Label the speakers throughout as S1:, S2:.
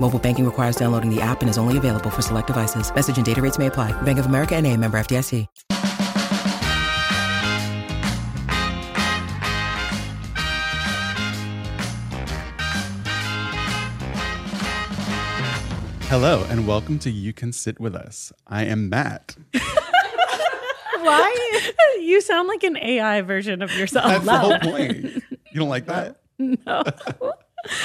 S1: Mobile banking requires downloading the app and is only available for select devices. Message and data rates may apply. Bank of America and a member FDIC.
S2: Hello and welcome to You Can Sit With Us. I am Matt.
S3: Why? you sound like an AI version of yourself.
S2: That's the whole point. You don't like that?
S3: No.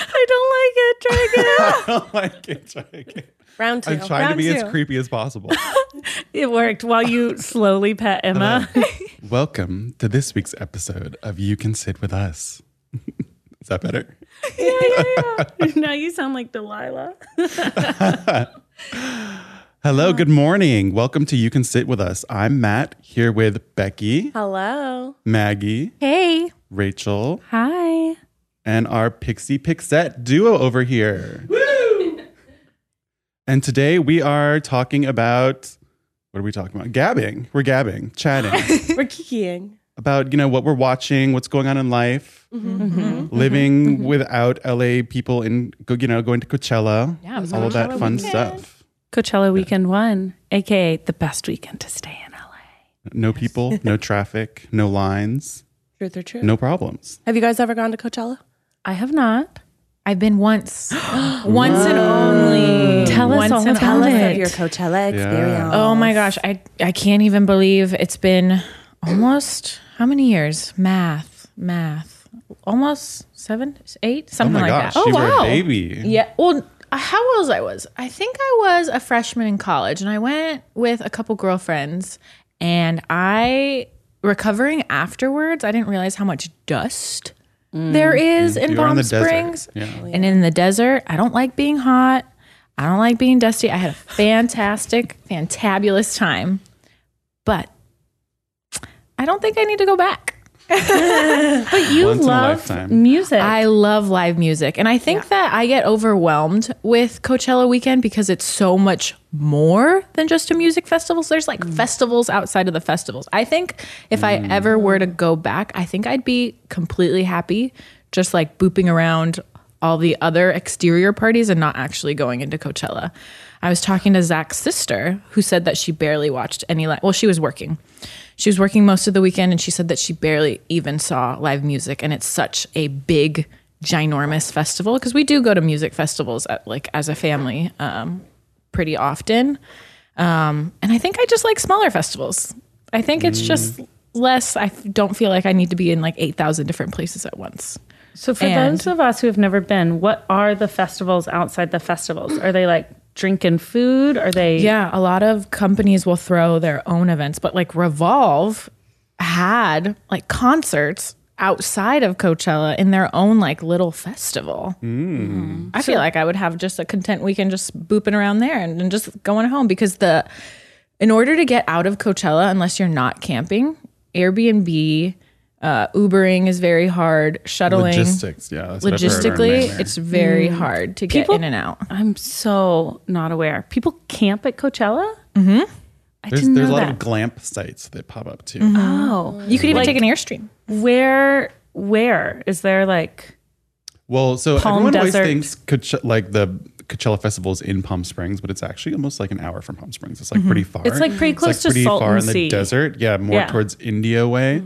S3: I don't like it. Try
S2: I don't like it. Try again.
S3: Round two.
S2: I'm trying to
S3: Round
S2: be
S3: two.
S2: as creepy as possible.
S3: again. It worked while you slowly pet Emma.
S2: welcome to this week's episode of You Can Sit With Us. Is that better?
S3: now you sound like Delilah.
S2: Hello, good morning. Welcome to You Can Sit With Us. I'm Matt here with Becky,
S3: Hello.
S2: Maggie,
S3: Hey.
S2: Rachel,
S3: Hi.
S2: and our Pixie Pixette duo over here. Woo! And today we are talking about what are we talking about? Gabbing. We're gabbing, chatting
S3: We're kikiing.
S2: about, you know, what we're watching, what's going on in life, Mm-hmm. living without LA people in go- you know, going to Coachella.
S4: Yeah, I'm
S2: all of that fun stuff.
S3: Coachella weekend one, aka the best weekend to stay in LA.
S2: No people, no traffic, no lines,
S4: Truth or true?
S2: no problems.
S4: Have you guys ever gone to Coachella?
S3: I have not.
S5: I've been once, once and only.
S3: Tell us
S5: once
S3: all
S5: and
S3: about
S5: only.
S3: it.
S4: Your Coachella experience.
S5: Oh my gosh, I I can't even believe it's been almost how many years? Math, math, almost seven, eight,
S2: Oh
S5: something
S2: my
S5: like
S2: gosh,
S5: that.
S2: you were a baby.
S5: Yeah. Well, how old I was? I think I was a freshman in college, and I went with a couple girlfriends, and I recovering afterwards. I didn't realize how much dust there is
S2: Mm.
S5: in
S2: You were in
S5: Palm
S2: the desert.
S5: Springs,
S2: Yeah.
S5: and in the desert. I don't like being hot. I don't like being dusty. I had a fantastic, fantabulous time, but I don't think I need to go back.
S3: You
S2: Once in a
S3: love
S2: lifetime.
S3: music.
S5: I love live music. And I think that I get overwhelmed with Coachella weekend because it's so much more than just a music festival. So there's like festivals outside of the festivals. I think if I ever were to go back, I think I'd be completely happy just like booping around all the other exterior parties and not actually going into Coachella. I was talking to Zach's sister who said that she barely watched any live. Well, she was working. She was working most of the weekend and she said that she barely even saw live music and it's such a big ginormous festival because we do go to music festivals at, like as a family um, pretty often. Um, and I think I just like smaller festivals. I think it's just less I f- don't feel like I need to be in like 8,000 different places at once.
S3: So for
S5: And-
S3: those of us who have never been, what are the festivals outside the festivals? Are they like drinking food? Are they
S5: Yeah, a lot of companies will throw their own events, but like Revolve had like concerts outside of Coachella in their own like little festival. I feel like I would have just a content weekend just booping around there and, and just going home because the in order to get out of Coachella unless you're not camping, Airbnb uh, Ubering is very hard. Shuttling,
S2: Logistics, yeah. that's what I've heard on
S5: logistically,
S2: there.
S5: it's very hard to get
S3: People-
S5: in and out.
S3: I'm so not aware. People camp at Coachella? Mm-hmm. I
S2: There's,
S3: didn't
S2: there's a
S3: know
S2: lot
S3: that.
S2: of glamp sites that pop up too.
S3: oh.
S5: You could even take an airstream.
S3: Where where is there like
S2: Well, so
S3: Palm
S2: everyone
S3: Desert.
S2: always thinks Coach- like the Coachella festival is in Palm Springs, but it's actually almost like an hour from Palm Springs. It's like pretty far.
S3: Mm-hmm. It's, like, pretty close to
S2: pretty
S3: Salton
S2: far in the
S3: Sea.
S2: desert. Yeah, more
S3: Yeah. Mm-hmm.
S2: towards India way.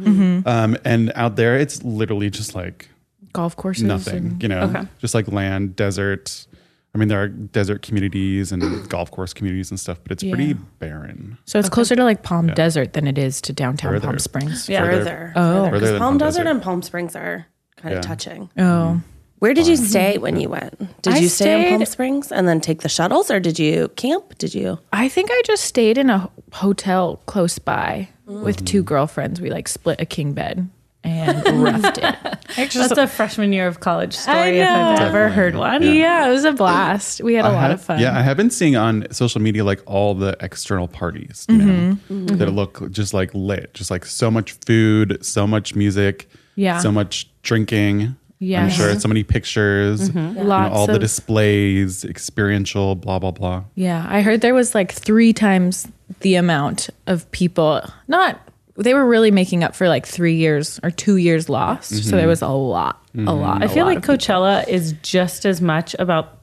S2: Um, and out there, it's literally just like
S5: Golf courses,
S2: nothing. You know, just like land, desert. I mean, there are desert communities and golf course communities and stuff, but it's pretty barren.
S5: So it's closer to like Palm Desert than it is to downtown
S2: Further.
S5: Palm Springs.
S3: Yeah.
S4: further.
S5: Oh.
S2: Further
S4: Because
S2: than
S4: Palm
S2: Palm
S4: Desert
S2: Desert.
S4: and Palm Springs are
S2: Yeah.
S4: kind
S2: Mm-hmm.
S4: of touching.
S5: Oh,
S4: Where did you stay when you went? Did
S5: I
S4: you stay in Palm
S5: stayed-
S4: Springs and then take the shuttles, or did you camp? Did you?
S5: I think I just
S2: Mm.
S5: stayed in a hotel close by with two girlfriends. We like split a king bed and roughed it.
S3: That's a freshman year of college story if
S5: know.
S3: I've ever heard one.
S5: Yeah, it was a blast. We had a
S2: I
S5: lot
S2: have-
S5: of fun.
S2: Yeah, I have been seeing on social media like all the external parties
S5: Mm-hmm.
S2: you know, that look just like lit, just like so much food, so much music,
S5: Yeah.
S2: so much drinking. I'm
S5: Yes.
S2: sure it's so many pictures, you know,
S5: Mm-hmm. Lots
S2: all the
S5: of-
S2: displays, experiential, blah blah blah.
S5: Yeah, I heard there was like three times the amount of people. Not they were really making up for like three years or two years lost. So
S2: Mm-hmm.
S5: there was a lot, a lot.
S3: I feel like
S5: Coach.
S3: Coachella is just as much about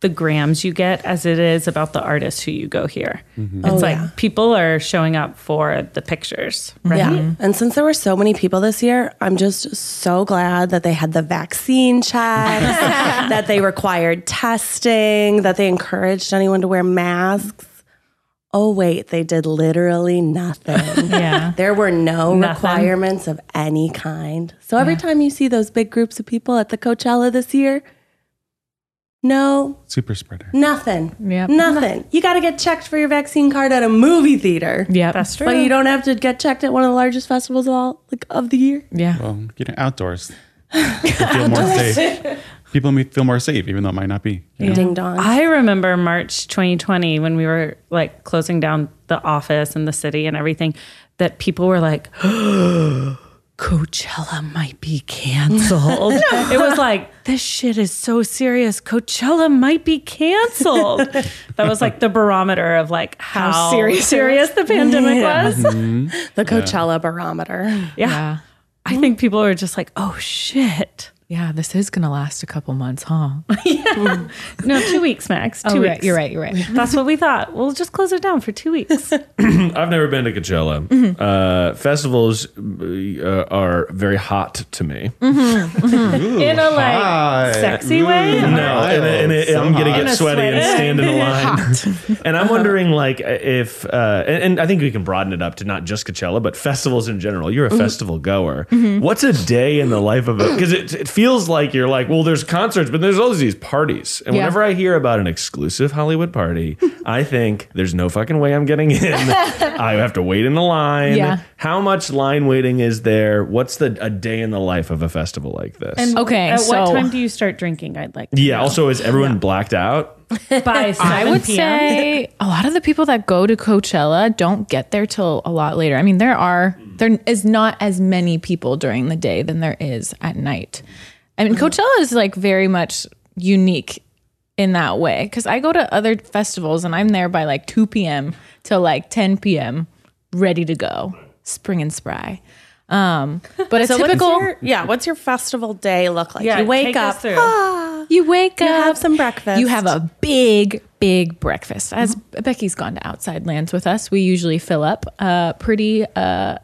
S3: the grams you get as it is about the artist who you go here.
S2: Mm-hmm.
S3: It's
S5: Oh,
S3: like people are showing up for the pictures, right?
S4: Yeah. And since there were so many people this year, I'm just so glad that they had the vaccine checks, that they required testing, that they encouraged anyone to wear masks. Oh, wait, they did literally nothing.
S5: Yeah.
S4: There were no
S3: Nothing.
S4: requirements of any kind. So every time you see those big groups of people at the Coachella this year, no,
S2: Super spreader.
S4: nothing.
S5: Yep.
S4: Nothing. You got to get checked for your vaccine card at a movie theater.
S5: Yeah.
S3: That's true.
S4: But you don't have to get checked at one of the largest festivals of all like of the year.
S5: Yeah.
S2: Well, you know, outdoors. People feel more safe. People may feel more safe, even though it might not be. you know?
S4: Ding dong.
S3: I remember March 2020 when we were like closing down the office and the city and everything that people were like Coachella might be canceled. It was like this shit is so serious. Coachella might be canceled. that was like the barometer of like how,
S5: serious it
S3: serious the pandemic was.
S4: the Coachella barometer.
S3: Yeah.
S5: Yeah.
S3: I think people were just like, "Oh shit."
S5: Yeah. This is gonna last a couple months, huh?
S3: Oh, No, 2 weeks max. Two weeks.
S5: Oh, right. You're right.
S3: That's what we thought. We'll just close it down for 2 weeks.
S6: I've never been to Coachella. Uh, festivals uh, are very hot to me.
S3: In a like
S2: Hi.
S3: sexy way?
S6: No,
S3: Or-
S6: and, and it,
S2: So
S6: I'm gonna
S2: hot.
S6: get sweaty and
S3: sweater.
S6: stand in a line. and I'm wondering, like, if uh, and, and I think we can broaden it up to not just Coachella, but festivals in general. You're a festival goer. What's a day in the life of a? Because it, it feels like you're like, well, there's concerts, but there's always these parties. And
S5: Yeah.
S6: whenever I hear about an exclusive Hollywood party, I think there's no fucking way I'm getting in. I have to wait in the line.
S5: Yeah.
S6: How much line waiting is there? What's the a day in the life of a festival like this?
S5: Okay,
S3: At what
S5: so-
S3: time do you start drinking? I'd like. To
S6: yeah. Also, is everyone blacked out?
S3: know. by seven
S5: I would
S3: PM.
S5: say a lot of the people that go to Coachella don't get there till a lot later. I mean, there are there is not as many people during the day than there is at night. I mean, Coachella is like very much unique in that way because I go to other festivals and I'm there by like 2 p.m. till like 10 p.m. ready to go, spring and spry. Um, but a typical
S4: yeah, what's your festival day look like?
S3: Yeah,
S4: you wake
S3: take us
S4: up.
S3: through.
S5: You wake up.
S4: have some breakfast.
S5: You have a big, big breakfast. As Becky's gone to outside lands with us, we usually fill up uh, pretty, uh,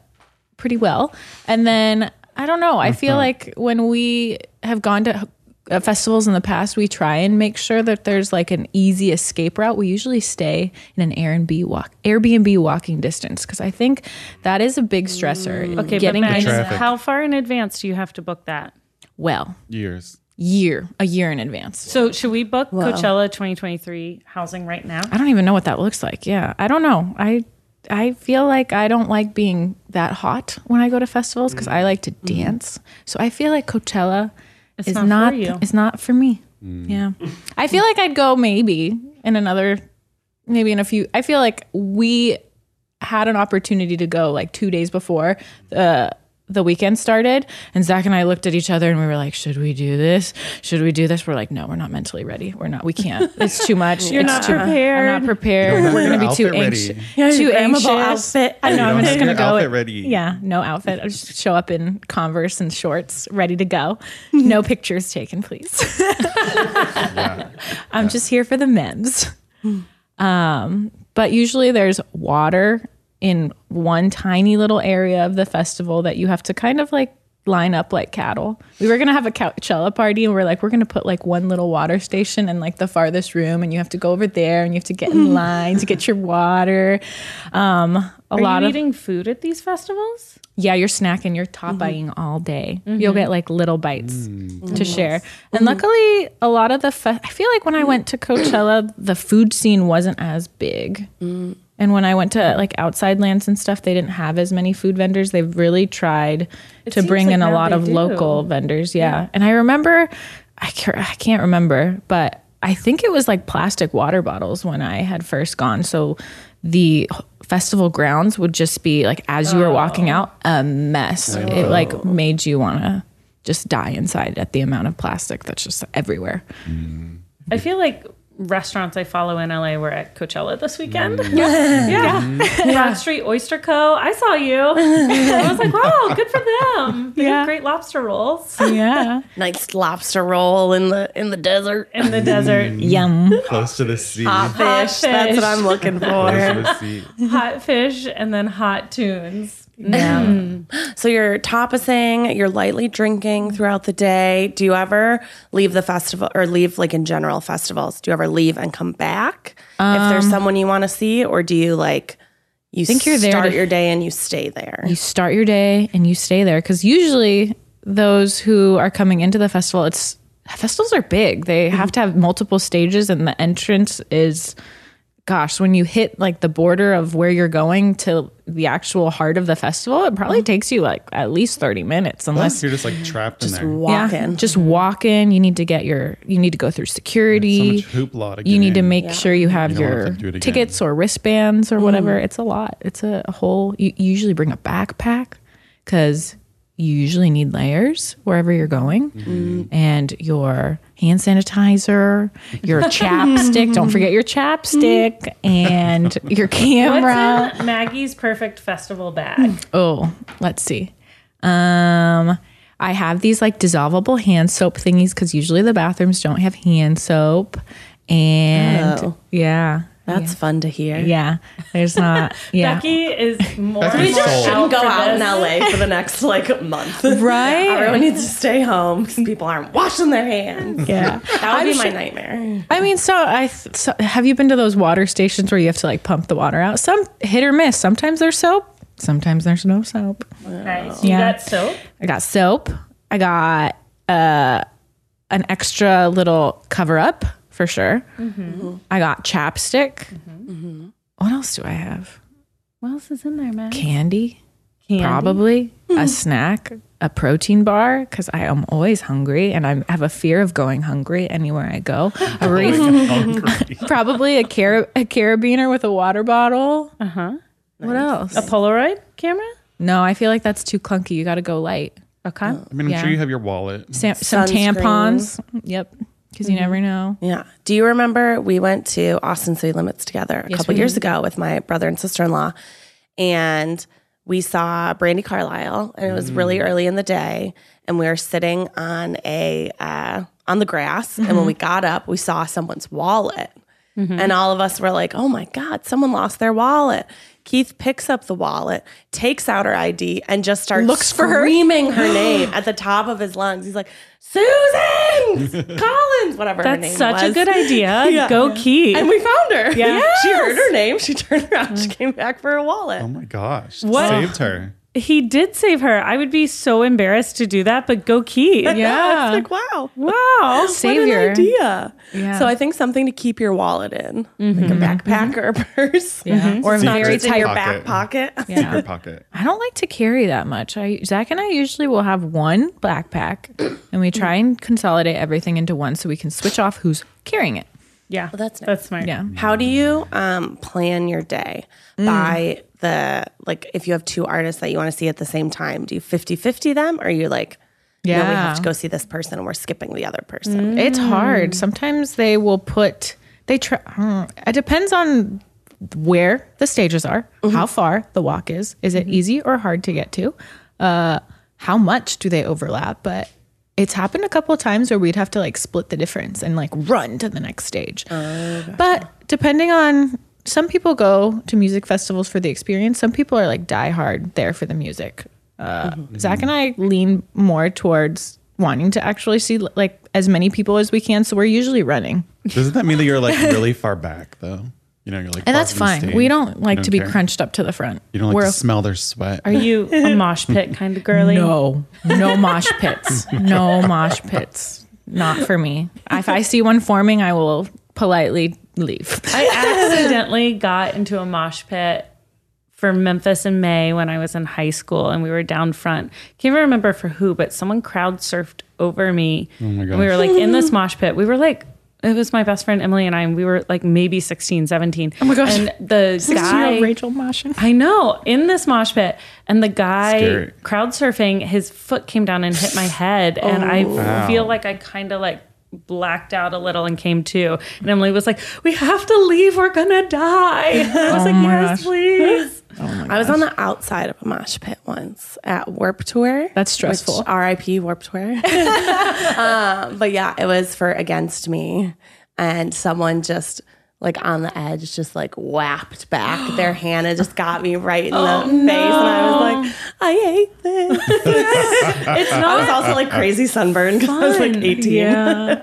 S5: pretty well. And then I don't know. I feel like when we have gone to uh, festivals in the past, we try and make sure that there's like an easy escape route. We usually stay in an Airbnb walk, Airbnb walking distance because I think that is a big stressor.
S3: Okay,
S5: getting
S3: but Max,
S5: in
S2: traffic.
S3: how far in advance do you have to book that?
S5: well,
S2: Years.
S5: year a year in advance.
S3: So should we book Coachella 2023 housing right now?
S5: I don't even know what that looks like. Yeah, I don't know. I I feel like I don't like being that hot when I go to festivals because I like to dance. So I feel like Coachella is
S3: Mm-hmm. not for
S5: not,
S3: you.
S5: is not for me. Yeah, I feel like I'd go maybe in another, maybe in a few. I feel like we had an opportunity to go like two days before the the weekend started and Zach and I looked at each other and we were like, should we do this? Should we do this? We're like, no, we're not mentally ready. We're not, we can't. It's too much. You're
S3: not prepared.
S5: I'm not prepared. We're
S2: your
S5: gonna be too
S2: outfit ready.
S5: anxious. Too anxious.
S4: outfit.
S5: I know.
S2: You
S5: I'm
S2: don't
S5: just
S2: have
S5: gonna
S2: your
S5: go.
S2: outfit
S5: it-
S2: ready.
S5: Yeah, no outfit. I just show up in Converse and shorts, ready to go. No pictures taken, please. I'm just here for the memes. Um, but usually there's water in one tiny little area of the festival that you have to kind of like line up like cattle. We were gonna have a Coachella party and we're like, we're gonna put like one little water station in like the farthest room and you have to go over there and you have to get in line to get your water. Um, a
S3: Are
S5: lot
S3: you
S5: of
S3: eating food at these festivals?
S5: yeah, you're snacking, you're
S3: Mm-hmm.
S5: top biting all day. You'll get like little bites to share.
S3: Mm-hmm.
S5: And luckily, a lot
S3: Mm.
S5: of the, fe- I feel like when I went to Coachella, the food scene wasn't as big. And when I went to like outside lands and stuff, they didn't have as many food vendors. They've really tried to
S3: seems
S5: bring
S3: like
S5: in a
S3: now
S5: lot
S3: they
S5: of
S3: do.
S5: local vendors. Oh. Yeah. And I remember, I can't, I can't remember, but I think it was like plastic water bottles when I had first gone. So the festival grounds would just be like, as you were walking out, a mess. It like made you want to just die inside at the amount of plastic that's just everywhere.
S3: I feel like restaurants I follow in LA were at Coachella this weekend. Yeah. Broad Street Oyster Co. I saw you. I was like, wow, good for them. They have great lobster rolls
S5: Yeah.
S4: Nice lobster roll in the in the desert.
S3: in the desert.
S5: Yum.
S2: Close to the sea.
S4: Hot fish.
S3: fish.
S4: That's what I'm looking
S2: Close
S4: for.
S2: to the sea.
S3: Hot fish and then hot tunes.
S4: so you're tapassing, you're lightly drinking throughout the day. Do you ever leave the festival or leave like in general festivals? Do you ever leave and come back if there's someone you want to see, or do you like you
S5: think you're there
S4: start
S5: to-
S4: your day and you stay there?
S5: You start your day and you stay there because usually those who are coming into the festival, it's festivals are big. They
S2: Mm-hmm.
S5: have to have multiple stages, and the entrance is, gosh, when you hit like the border of where you're going to the actual heart of the festival, it
S2: Mm-hmm.
S5: probably takes you like at least thirty minutes, unless
S2: You're just like trapped in there.
S4: Walk
S5: Yeah,
S4: in.
S5: just walk in. You need to get your. You need to go through security.
S2: So much hoopla to get
S5: you need to
S2: in.
S5: make sure you have
S2: don't wanna
S5: your
S2: have to do it again.
S5: tickets or wristbands or whatever. It's a lot. It's a, a whole. You, you usually bring a backpack because you usually need layers wherever you're going,
S2: Mm-hmm.
S5: and your hand sanitizer, your chapstick. Don't forget your chapstick and your
S3: What's
S5: camera.
S3: in Maggie's perfect festival bag?
S5: Oh, let's see. Um, I have these like dissolvable hand soap thingies because usually the bathrooms don't have hand soap, and
S4: Oh.
S5: yeah,
S4: That's fun to hear.
S5: yeah, there's not. Yeah,
S3: Becky is more.
S2: Becky's
S3: than
S2: sold.
S3: out
S4: shouldn't go
S3: for
S4: out in
S3: this.
S4: LA for the next like month.
S5: Right?
S4: Everyone needs to stay home because people aren't washing their hands.
S5: yeah.
S4: That would
S5: I'm
S4: be my
S5: sure-
S4: nightmare.
S5: I mean, so I th- so, have you been to those water stations where you have to like pump the water out? Some hit or miss. Sometimes there's soap. Sometimes there's no soap.
S3: Nice. You
S5: Yeah.
S3: got soap.
S5: I got soap. I got uh, an extra little cover up for sure. I got chapstick. What else do I have?
S3: What else is in there, Matt?
S5: Candy, probably
S4: Hmm.
S5: a snack, a protein bar because I am always hungry and I have a fear of going hungry anywhere I go. A reef,
S6: Hungry.
S5: probably a, cara- a carabiner with a water bottle. Uh huh.
S4: Uh-huh.
S5: What else?
S3: A Polaroid camera?
S5: No, I feel like that's too clunky. You got to go light.
S3: Okay.
S2: I mean, I'm
S5: Yeah.
S2: sure you have your wallet.
S5: Sam- some
S4: Oh. Sunscreen. Mm-hmm.
S5: tampons. Yep. Because you never know.
S4: Yeah. Do you remember we went to Austin City Limits together a couple years ago with my brother and sister in law, and we saw Brandy Carlisle, and it was really
S3: Mm.
S4: early in the day, and we were sitting on a uh, on the grass, and
S3: Mm-hmm.
S4: when we got up, we saw someone's wallet. And all of us were like, oh my God, someone lost their wallet. Keith picks up the wallet, takes out her ID, and just starts
S5: Looks for her.
S4: screaming her name at the top of his lungs. He's like, Susan Collins, whatever her
S3: That's
S4: name
S3: such a
S4: was.
S3: good idea. Go Keith.
S4: And we found her.
S3: Yeah.
S4: She heard her name. She turned around.
S5: Mm.
S4: She came back for her wallet.
S2: Oh my gosh.
S3: What?
S2: Saved her.
S3: he did save her. I would be so embarrassed to do that, but go Keith.
S5: Yeah.
S4: It's like, wow. Oh, What
S3: Wow.
S5: Savior.
S4: an idea.
S5: Yeah. Mm-hmm.
S4: So I think something to keep your wallet in, like a backpack or a purse.
S5: Or
S4: It's not
S5: very
S4: just in
S5: tight.
S4: your back pocket.
S2: Secret pocket.
S5: I don't like to carry that much. I Zach and I usually will have one backpack, and we try and consolidate everything into one so we can switch off who's carrying it.
S3: Yeah.
S4: that's nice.
S3: That's smart.
S5: Yeah.
S4: How do you um, plan your day
S5: Mm.
S4: by the like if you have two artists that you want to see at the same time? Do you 50-50 them or are you like yeah. we have
S5: Yeah. Mm.
S4: to go see this person and we're skipping the other person?
S5: It's hard. Sometimes they will put they try. hmm, It depends on where the stages are, how far the walk is. Is it easy or hard to get to? Uh, how much do they overlap? But it's happened a couple of times where we'd have to like split the difference and like run to the next stage. But depending on some people go to music festivals for the experience. Some people are like die hard there for the music. Uh, Zach and I lean more towards wanting to actually see like as many people as we can. So we're usually running,
S2: Doesn't that mean that you're like really far back though? You know, you're like.
S5: and that's fine. We don't like to be
S2: crunched.
S5: crunched up to the front.
S2: You don't like
S5: we're
S2: to smell their sweat.
S3: Are you a mosh pit kind of girly?
S5: no, no mosh pits, no mosh pits. Not for me. If I see one forming, I will politely leave.
S3: I accidentally got into a mosh pit for Memphis in May when I was in high school and we were down front. Can't even remember for who, but someone crowd surfed over me. Oh
S2: my
S3: We were like in this mosh pit. We were like, it was my best friend Emily and I, and we were like maybe 16, 17. Oh my
S5: gosh.
S3: And the guy,
S5: Rachel Moshin.
S3: I know, in this mosh pit. And the guy
S2: Scary.
S3: crowd surfing, his foot came down and hit my head. And I feel like I kind of like blacked out a little and came to. And Emily was like, We have to leave. We're going to die. And I was like, Yes, please.
S4: I was on the outside of a mosh pit once at Warp Tour.
S5: That's
S4: which
S5: stressful.
S4: RIP Warp Tour. um, but yeah, it was for Against Me, and someone just like on the edge, just like whapped back their hand and just got me right in
S5: Oh,
S4: the face, and I was like, I hate this.
S3: It's
S4: I was
S3: not
S4: also like crazy sunburned because I was like
S3: fun.
S4: 18.
S3: Yeah.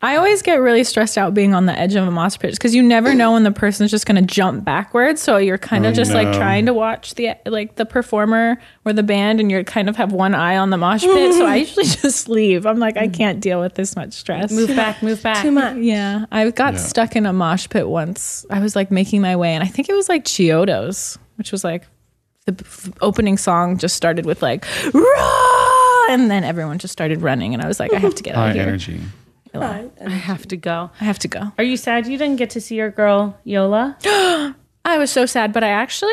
S5: I always get really stressed out being on the edge of a mosh pit because you never know when the person's just going to jump backwards. So you're kind of just like
S2: Oh, no.
S5: trying to watch the like the performer or the band, and you are kind of have one eye on the mosh pit. so I usually just leave. I'm like, I can't deal with this much stress.
S3: Move back, move back.
S4: Too much.
S5: Yeah, I got stuck in a mosh pit once. I was like making my way, and I think it was like Chiodos, which was like the b- f- opening song just started with like "Rah!" and then everyone just started running, and I was like, I have to get out
S2: High
S5: of here.
S2: energy.
S3: I have to go.
S5: I have to go.
S3: Are you sad you didn't get to see your girl, Yola?
S5: I was so sad, but I actually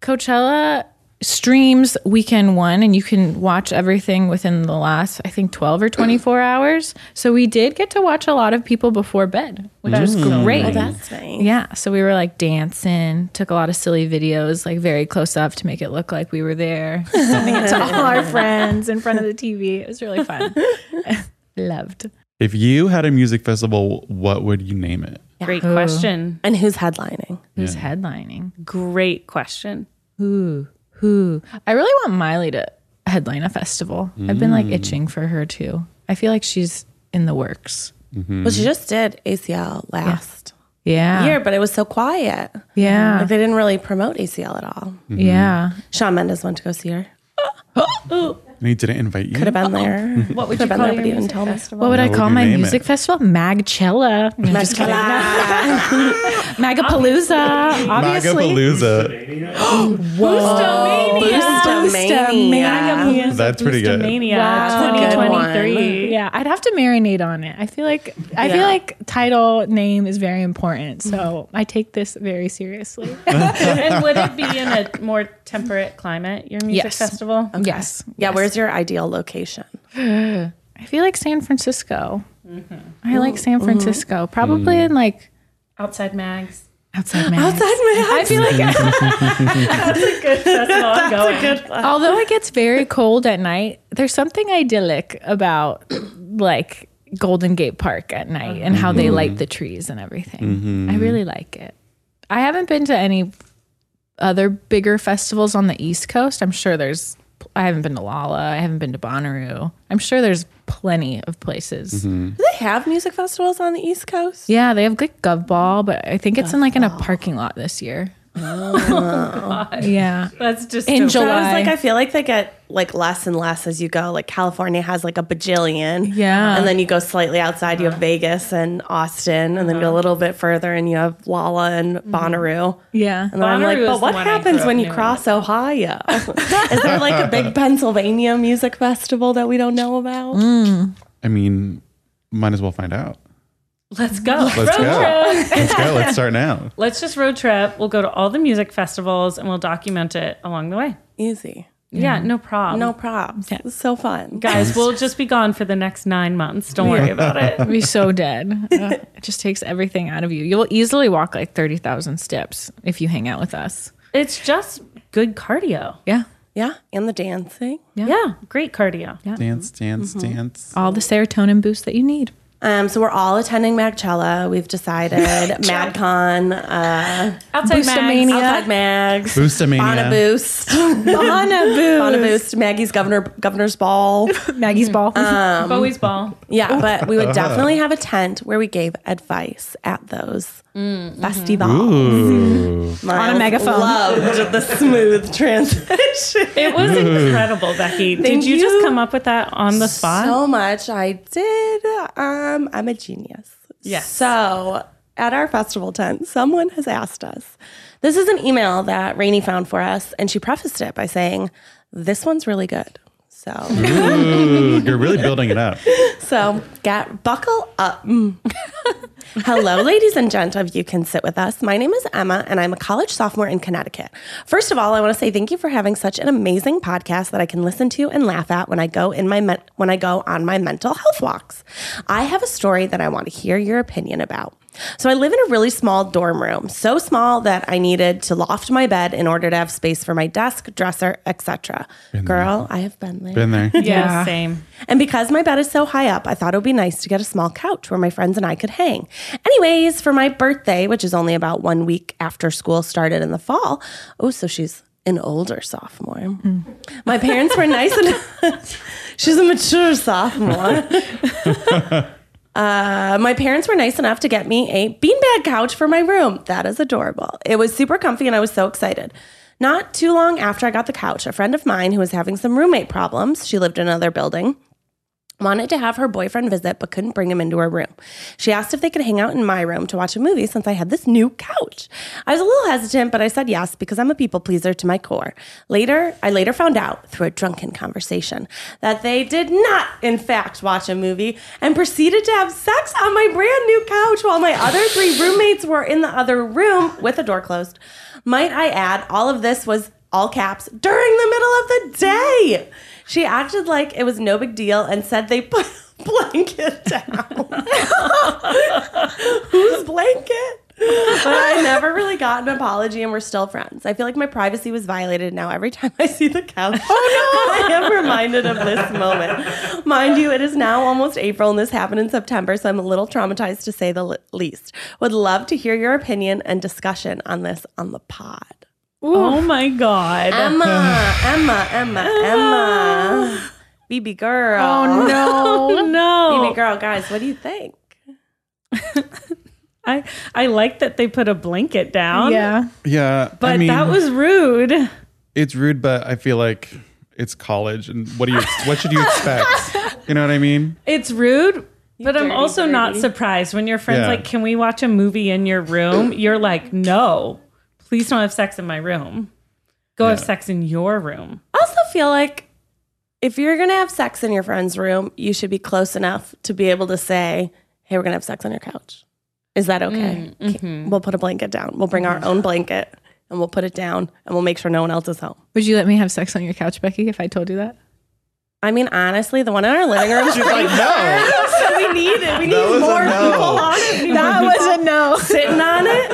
S5: Coachella streams weekend one, and you can watch everything within the last I think twelve or twenty four hours. So we did get to watch a lot of people before bed, which was great.
S4: That's nice.
S5: Yeah. So we were like dancing, took a lot of silly videos, like very close up to make it look like we were there, sending it to all our friends in front of the TV. It was really fun. Loved.
S2: If you had a music festival, what would you name it?
S3: Great question.
S4: And who's headlining?
S5: Who's headlining?
S3: Great question.
S5: Who? Who? I really want Miley to headline a festival. I've been like
S2: Mm.
S5: itching for her too. I feel like she's in the works.
S4: Well, she just did ACL last
S5: Yeah.
S4: year, but it was so quiet.
S5: Yeah.
S4: Like they didn't really promote ACL at all.
S5: Mm.
S2: Mm-hmm.
S5: Yeah.
S4: Shawn Mendes went to go see her.
S2: And he didn't invite you.
S4: Could have been there. What
S3: would
S4: Could have
S3: you call
S4: been there,
S3: your
S4: but he didn't
S3: music
S4: tell me.
S5: What would I
S2: What
S5: call
S2: would you
S5: my
S2: name
S5: music
S2: it?
S5: festival? Magcella. No, just kidding. Magapalooza. Obviously.
S2: Magapalooza.
S4: Bustamania.
S2: That's pretty good.
S3: Mania
S5: Wow.
S4: That's a good one.
S3: 2023.
S5: Yeah, I'd have to marinate on it. I feel like I feel
S4: Yeah.
S5: like title name is very important, so I take this very seriously.
S3: and would it be in a more temperate climate, your music
S5: Yes.
S3: festival?
S5: Yes,
S4: Yeah, where's your ideal location?
S5: I feel like San Francisco. I like San Francisco, probably in like
S3: Outside Mags.
S5: outside Manhattan. I feel like
S3: That's all I'm going.
S5: Although it gets very cold at night, there's something idyllic about like Golden Gate Park at night and how they light the trees and everything. I really like it. I haven't been to any other bigger festivals on the East Coast. I'm sure there's I haven't been to Lala, I haven't been to Bonnaroo. I'm sure there's plenty of places.
S4: Do they have music festivals on the East Coast?
S5: Yeah, they have like Gov Ball, but I think it's in like in a parking lot this year.
S4: Oh
S5: yeah.
S3: That's just
S5: In
S4: So I
S5: July.
S4: was like, I feel like they get like less and less as you go. Like California has like a bajillion.
S5: Yeah.
S4: And then you go slightly outside,
S3: Uh-huh.
S4: you have Vegas and Austin, and then go a little bit further and you have Lala and Bonnaroo.
S5: Yeah.
S4: And then I'm like,
S3: Mm-hmm. Bonnaroo
S4: but
S3: is the one
S4: what
S3: I grew
S4: happens
S3: up
S4: when you
S3: knowing.
S4: cross Ohio? Is there like a big Pennsylvania music festival that we don't know about?
S3: Mm.
S2: I mean, might as well find out.
S3: Let's go.
S2: Let's
S3: road
S2: go.
S3: trip.
S2: Let's go. Let's start now.
S3: Let's just road trip. We'll go to all the music festivals and we'll document it along the way.
S4: Easy.
S3: Yeah, no problem.
S4: No props. It's so fun.
S3: Guys, we'll just be gone for the next nine months. Don't worry about it.
S5: be so dead. Ugh, it just takes everything out of you. You'll easily walk like 30,000 steps if you hang out with us.
S3: It's just good cardio.
S5: Yeah.
S4: Yeah. And the dancing.
S3: Yeah, great cardio.
S2: Dance, dance, dance.
S5: Mm-hmm. All the serotonin boost that you need.
S4: Um, so we're all attending Magcella. We've decided MadCon, uh,
S3: Outside Mags.
S5: Boostamania.
S4: outside Mags,
S2: Boostamania.
S4: Bonna Boost, Bonna Boost, Maggie's Governor Governor's Ball. Mm-hmm.
S7: Maggie's ball.
S4: Uh,
S3: Bowie's ball.
S4: Yeah, but we
S2: Uh-huh.
S4: would definitely have a tent where we gave advice at those Mm-hmm. festivals.
S2: Ooh.
S4: Miles
S7: megaphone.
S4: Loved the smooth transition.
S3: It was incredible, Becky. Did
S4: Thank
S3: you, just
S4: you
S3: come up with that on the spot?
S4: So much I did. Um, I'm a genius.
S3: Yes.
S4: So at our festival tent, someone has asked us. This is an email that Rainey found for us, and she prefaced it by saying, "This one's really good." So,
S2: Ooh, you're really building it up.
S4: so get buckle up. Mm. Hello, ladies and gent of You Can Sit With Us. My name is Emma, and I'm a college sophomore in Connecticut. First of all, I want to say thank you for having such an amazing podcast that I can listen to and laugh at when I go in my men- when I go on my mental health walks. I have a story that I want to hear your opinion about. So I live in a really small dorm room, so small that I needed to loft my bed in order to have space for my desk, dresser, etc. Girl, I have been there.
S2: Been there.
S3: yeah, same.
S4: And because my bed is so high up, I thought it would be nice to get a small couch where my friends and I could hang. Anyways, for my birthday, which is only about one week after school started in the fall, oh, so she's an older sophomore. My parents were nice enough. she's a mature sophomore. Uh, my parents were nice enough to get me a beanbag couch for my room. That is adorable. It was super comfy and I was so excited. Not too long after I got the couch, a friend of mine who was having some roommate problems, she lived in another building, wanted to have her boyfriend visit but couldn't bring him into her room. She asked if they could hang out in my room to watch a movie since I had this new couch. I was a little hesitant, but I said yes because I'm a people pleaser to my core. Later, I later found out through a drunken conversation that they did not in fact watch a movie and proceeded to have sex on my brand new couch while my other three roommates were in the other room with the door closed. Might I add, all of this was all caps during the middle of the day. She acted like it was no big deal and said they put a blanket down. Whose blanket? but I never really got an apology and we're still friends. I feel like my privacy was violated now every time I see the couch. Oh no! I am reminded of this moment. Mind you, it is now almost April and this happened in September, so I'm a little traumatized to say the le- least. Would love to hear your opinion and discussion on this on the pod.
S3: Oh my god.
S4: Emma, Emma, Emma, Emma. BB girl. Oh
S3: oh no.
S4: BB girl, guys, what do you think?
S3: I I like that they put a blanket down.
S5: Yeah.
S2: Yeah.
S3: But
S2: I mean,
S3: that was rude.
S2: it's rude, but I feel like it's college, and what do you? What should you expect? You know what I mean?
S3: It's rude. But I'm also not surprised when your friend's
S2: Yeah.
S3: like, Can we watch a movie in your room? You're like, No, please don't have sex in my room. Go have sex in your room.
S4: I also feel like if you're going to have sex in your friend's room, you should be close enough to be able to say, hey, we're going to have sex on your couch. Is that okay? Can- We'll put a blanket down. We'll bring our own blanket and we'll put it down and we'll make sure no one else is home.
S5: Would you let me have sex on your couch, Becky, if I told you that?
S4: I mean, honestly, the one in our living room is
S2: She's like, no.
S4: what we needed. We need
S2: was a
S4: more
S2: no.
S4: people on it. That was a no. Sitting on it.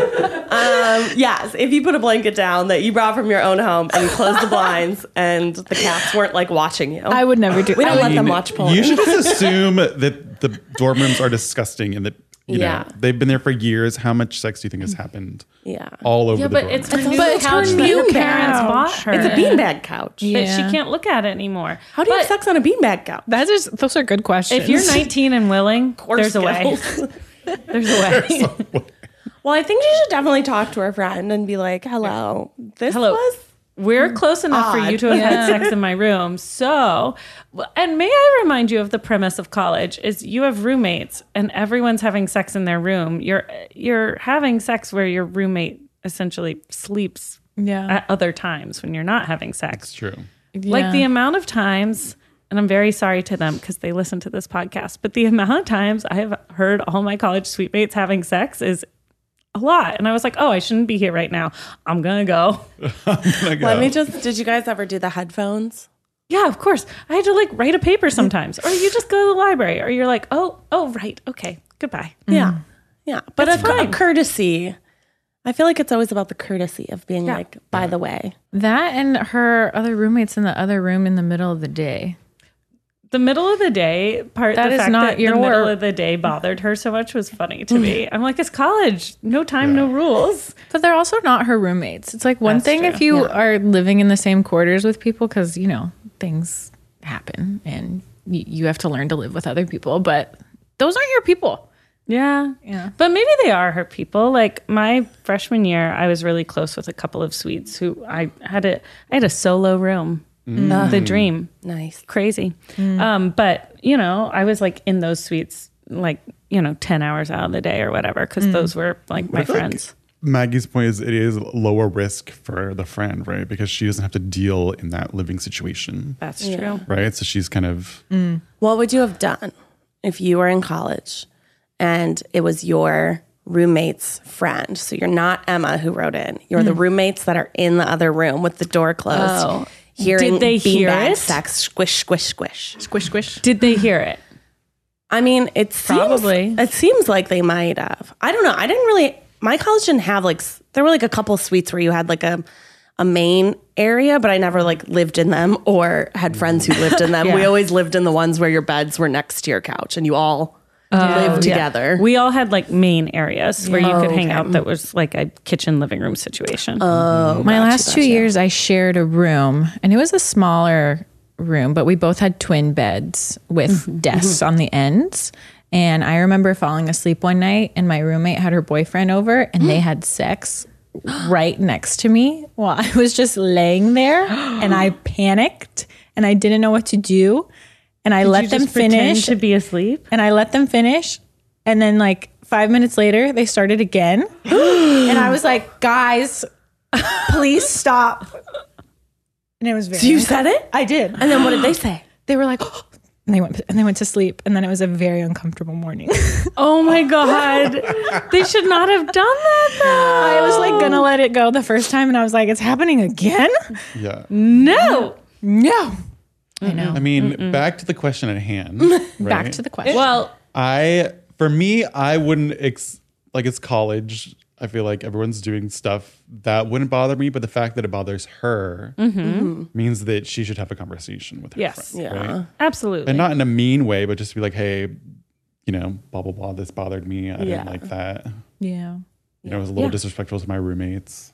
S4: Um, yes, if you put a blanket down that you brought from your own home and you closed the blinds and the cats weren't like watching you.
S5: I would never do
S4: we
S5: that.
S4: don't let them watch porn.
S2: You should just assume that the dorm rooms are disgusting and that you
S4: Yeah. Mm-hmm.
S2: know they've been there for years. How much sex do you think has happened
S4: yeah.
S2: all over the dorm?
S3: her new
S5: But it's her
S3: couch that
S5: new
S3: her parents
S5: couch.
S3: bought her.
S4: It's a beanbag couch.
S3: But
S5: Yeah.
S3: she can't look at it anymore.
S4: How do you have sex on a beanbag couch?
S5: That's just, those are good questions.
S3: If you're 19 and willing, there's a way. There's a way.
S4: well, I think she should definitely talk to her friend and be like, hello, this
S3: Hello.
S4: was.
S3: We're close enough for you to have had sex in my room. So, and may I remind you of the premise of college is you have roommates and everyone's having sex in their room. You're you're having sex where your roommate essentially sleeps
S5: yeah.
S3: at other times when you're not having sex.
S2: It's true.
S3: Like the amount of times, and I'm very sorry to them because they listen to this podcast, but the amount of times I have heard all my college sweet mates having sex is a lot. And I was like, oh, I shouldn't be here right now. I'm going to go.
S2: Like,
S4: Let
S2: uh,
S4: me just. Did you guys ever do the headphones?
S3: Yeah, of course. I had to like write a paper sometimes, or you just go to the library, or you're like, oh, oh, right. Okay. Goodbye.
S5: Mm.
S4: Yeah. Yeah. But a,
S3: That's
S4: a
S3: fine.
S4: courtesy. I feel like it's always about the courtesy of being like, by the way.
S5: that and her other roommates in the other room in the middle of the day.
S3: The middle of the day part.
S5: That
S3: the
S5: is
S3: fact
S5: not
S3: that
S5: your
S3: the middle
S5: work.
S3: of the day bothered her so much was funny to me. I'm like, it's college, no time, no rules.
S5: But they're also not her roommates. It's like one
S3: That's
S5: thing
S3: true.
S5: if you are living in the same quarters with people because, you know, things happen and y- you have to learn to live with other people. But those aren't your people.
S3: Yeah, yeah. But maybe they are her people. Like my freshman year, I was really close with a couple of Swedes who I had a I had a solo room. The dream.
S4: Nice.
S3: crazy.
S5: Mm.
S3: Um, but you know, I was like in those suites, like you know, ten hours out of the day or whatever,
S5: Mm.
S3: because those were like my friends.
S2: Maggie's point is it is lower risk for the friend, right? Because she doesn't have to deal in that living situation,
S3: That's true.
S2: right? So she's kind of
S4: Mm. What would you have done if you were in college and it was your roommate's friend? So you're not Emma who wrote in. You're the roommates that are in the other room with the door closed.
S3: Hmm. Oh.
S4: Hearing
S3: Did they hear
S4: beanbag
S3: it?
S4: sex squish squish squish.
S5: Squish, squish.
S3: Did they hear it?
S4: I mean, it seems,
S3: Probably.
S4: it seems like they might have. I don't know. I didn't really. My college didn't have like s- there were like a couple suites where you had like a a main area, but I never like lived in them or had friends who lived in them. We always lived in the ones where your beds were next to your couch and you all lived together.
S3: Oh, We all had like main areas where you could
S5: Oh,
S3: hang
S4: Okay.
S3: out. That was like a kitchen living room situation.
S2: Oh.
S3: Oh,
S5: My last two years, I shared a room, and it was a smaller room, but we both had twin beds with
S3: Mm-hmm,
S5: desks on the ends. And I remember falling asleep one night, and my roommate had her boyfriend over, and they had sex right next to me while I was just laying there, and I panicked, and I didn't know what to do, and I let
S3: You
S5: them
S3: just pretend
S5: finish,
S3: to be asleep.
S5: and I let them finish, and then like. Five minutes later, they started again. and I was like, guys, please stop. And it was very.
S4: You said it,
S5: I did.
S4: and then what did they say?
S5: They were like, and they went and they went to sleep. And then it was a very uncomfortable morning.
S3: Oh my god, they should not have done that though.
S5: I was like gonna let it go the first time, and I was like, it's happening again.
S2: yeah.
S4: Mm.
S3: No.
S5: No.
S2: I mean, back to the question at hand.
S5: Back
S2: right?
S5: to the question.
S3: Well,
S2: I for me, I wouldn't ex- like it's college. I feel like everyone's doing stuff that wouldn't bother me, but the fact that it bothers her
S5: Mm-hmm.
S2: means that she should have a conversation with her
S3: Yes.
S2: friend, right?
S3: absolutely.
S2: and not in a mean way, but just to be like, hey, you know, blah blah blah. This bothered me. I
S4: Yeah.
S2: didn't like that.
S5: yeah.
S2: You know, it was a little disrespectful to my roommates.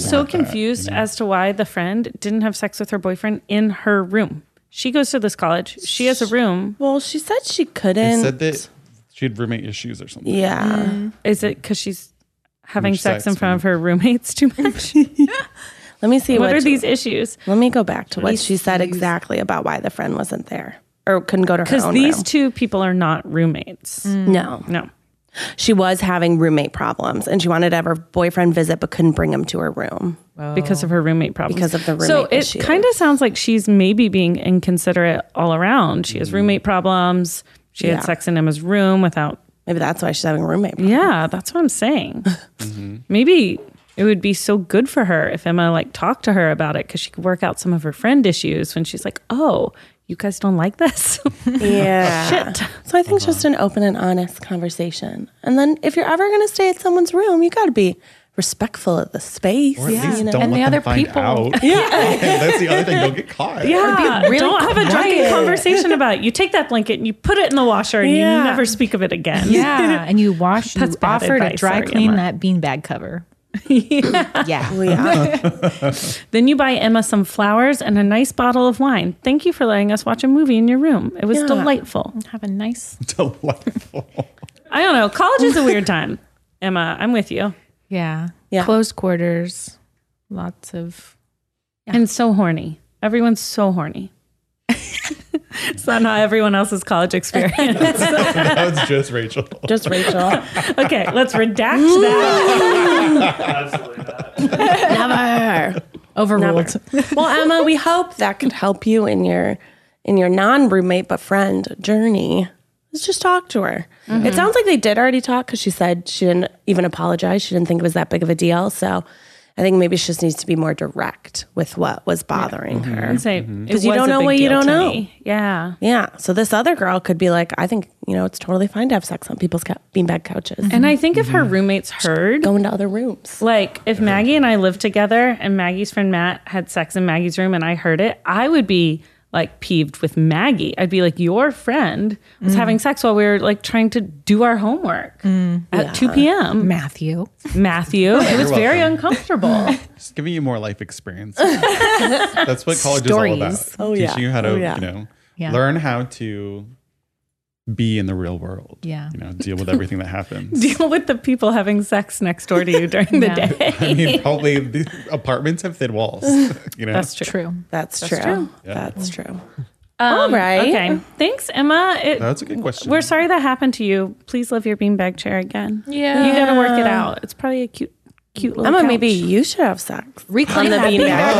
S2: something
S3: so
S2: like that, you
S3: confused
S2: know?
S3: as to why the friend didn't have sex with her boyfriend in her room. She goes to this college. She has a room.
S4: Well, she said she
S2: They
S4: couldn't.
S2: said that she had roommate issues or something.
S4: yeah.
S3: Is it because she's having
S2: Much
S3: sex,
S2: sex,
S3: in front of her roommates too much?
S4: Let me see.
S3: what
S4: What,
S3: are these issues?
S4: Let me go back to what she said exactly about why the friend wasn't there or couldn't go to her
S3: Because
S4: own
S3: these
S4: room. Mm.
S3: two people are not roommates.
S4: no.
S3: No.
S4: She was having roommate problems and she wanted to have her boyfriend visit but couldn't bring him to her room.
S3: Because of her roommate problems.
S4: Oh. Because of the
S3: So
S4: roommate
S3: it
S4: issue.
S3: kind of sounds like she's maybe being inconsiderate all around. She has roommate problems. She
S4: Mm. Yeah.
S3: had sex in Emma's room without.
S4: Maybe that's why she's having a roommate. problem.
S3: Yeah, that's what I'm saying. Maybe it would be so good for her if Emma like talked to her about it because she could work out some of her friend issues when she's like, oh, you guys don't like this.
S4: Yeah. Shit. So I think it's just an open and honest conversation. And then if you're ever going to stay at someone's room, you got to be respectful of the space.
S2: Or at least don't
S5: And
S2: let
S5: the
S2: them
S5: other
S2: find
S5: people.
S2: out. Yeah. That's the other thing. Don't get caught.
S3: Yeah,
S5: really
S3: don't have a drunken
S5: quiet.
S3: conversation about it. You take that blanket and you put it in the washer and
S4: Yeah.
S3: you never speak of it again.
S5: Yeah. And you wash.
S3: That's
S5: That's
S3: bad
S5: offer to
S3: advice,
S5: dry
S3: sorry,
S5: clean
S3: Emma.
S5: that beanbag cover. yeah. um,
S3: Then you buy Emma some flowers and a nice bottle of wine. Thank you for letting us watch a movie in your room. It was delightful.
S5: Have a nice.
S2: Delightful.
S3: I don't know. College is a weird time. Emma, I'm with you.
S5: Yeah.
S4: Yeah.
S5: Closed quarters. Lots of.
S3: And so horny. Everyone's so horny. it's not how everyone else's college experience.
S2: that was just Rachel.
S4: Just Rachel.
S3: okay, let's redact that.
S4: Never.
S5: Overruled.
S4: Well, Emma, we hope that could help you in your in your non-roommate but friend journey. Let's just talk to her. It sounds like they did already talk because she said she didn't even apologize. She didn't think it was that big of a deal. So I think maybe she just needs to be more direct with what was bothering her.
S3: Say, it
S4: you
S3: was
S4: don't
S3: a
S4: know
S3: big
S4: what you
S3: deal
S4: don't
S3: to
S4: know.
S3: me. Yeah.
S4: Yeah. So this other girl could be like, I think you know it's totally fine to have sex on people's cou- beanbag couches.
S3: And I think if her roommates heard,
S4: Go into other rooms.
S3: like if Maggie and I lived together and Maggie's friend Matt had sex in Maggie's room and I heard it, I would be like peeved with Maggie. I'd be like, your friend was having sex while we were like trying to do our homework at 2 p.m.
S5: Matthew.
S3: Matthew, it was very uncomfortable.
S2: Just giving you more life experience. That's what college is all about.
S5: Stories.
S4: Oh, yeah.
S2: Teaching you how to,
S4: Oh, yeah.
S2: you know,
S5: Yeah.
S2: learn how to be in the real world.
S5: Yeah.
S2: You know, deal with everything that happens.
S3: Deal with the people having sex next door to you during the
S5: Yeah.
S3: day.
S2: I mean, probably the apartments have thin walls. You know,
S3: That's true.
S5: True.
S4: That's, true. That's true.
S3: All
S4: right.
S3: Okay. Thanks, Emma. It,
S2: That's a good question.
S3: We're sorry that happened to you. Please love your beanbag chair again.
S5: Yeah.
S3: You got to work it out. It's probably a cute, cute little.
S4: Emma,
S3: couch.
S4: maybe you should have sex.
S5: Reclaim
S4: the
S5: that
S4: beanbag.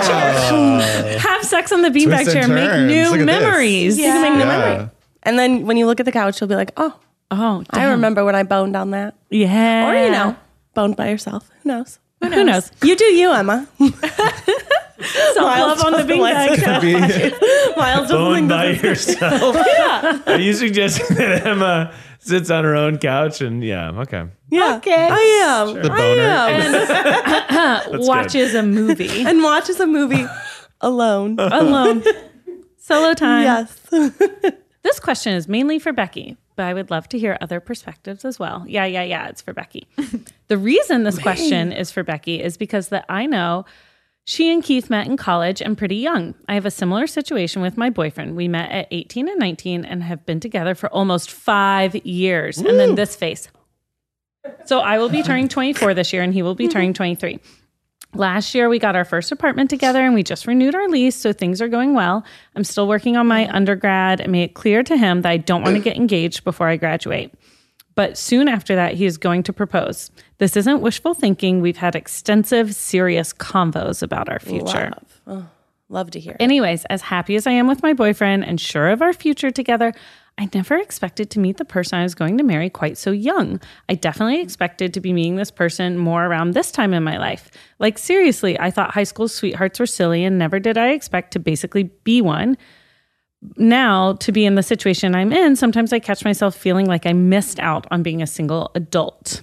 S5: beanbag.
S3: have sex on the beanbag
S2: Twist
S3: chair.
S2: and
S3: Make
S2: turns. Look
S3: new
S2: at this.
S3: memories.
S4: You can make the
S2: Yeah.
S4: memory. And then when you look at the couch, you'll be like, oh,
S3: Oh,
S4: I remember when I boned on that.
S3: yeah.
S4: Or, you know, boned by yourself. Who knows?
S3: who knows?
S4: You do you, Emma.
S3: Self love on the beanbag. chair.
S4: Miles doesn't
S6: Owned
S4: think
S6: by
S4: this is-
S6: yourself. Are you suggesting that Emma sits on her own couch and yeah, okay.
S4: Yeah.
S5: Okay.
S4: I am.
S2: the
S4: I
S2: boner.
S4: am.
S3: Watches a movie
S4: and watches a movie alone.
S3: alone. Solo time.
S4: yes.
S3: This question is mainly for Becky, but I would love to hear other perspectives as well. Yeah, yeah, yeah, it's for Becky. the reason this question is for Becky is because that I know she and Keith met in college and pretty young. I have a similar situation with my boyfriend. We met at 18 and 19 and have been together for almost five years. And then this face. So I will be turning 24 this year and he will be turning 23. Last year, we got our first apartment together and we just renewed our lease, so things are going well. I'm still working on my undergrad and made it clear to him that I don't want to get engaged before I graduate. But soon after that, he is going to propose. This isn't wishful thinking. We've had extensive, serious convos about our future.
S4: Love to hear.
S3: Anyways, as happy as I am with my boyfriend and sure of our future together, I never expected to meet the person I was going to marry quite so young. I definitely expected to be meeting this person more around this time in my life. Like, seriously, I thought high school sweethearts were silly and never did I expect to basically be one. Now, to be in the situation I'm in, sometimes I catch myself feeling like I missed out on being a single adult.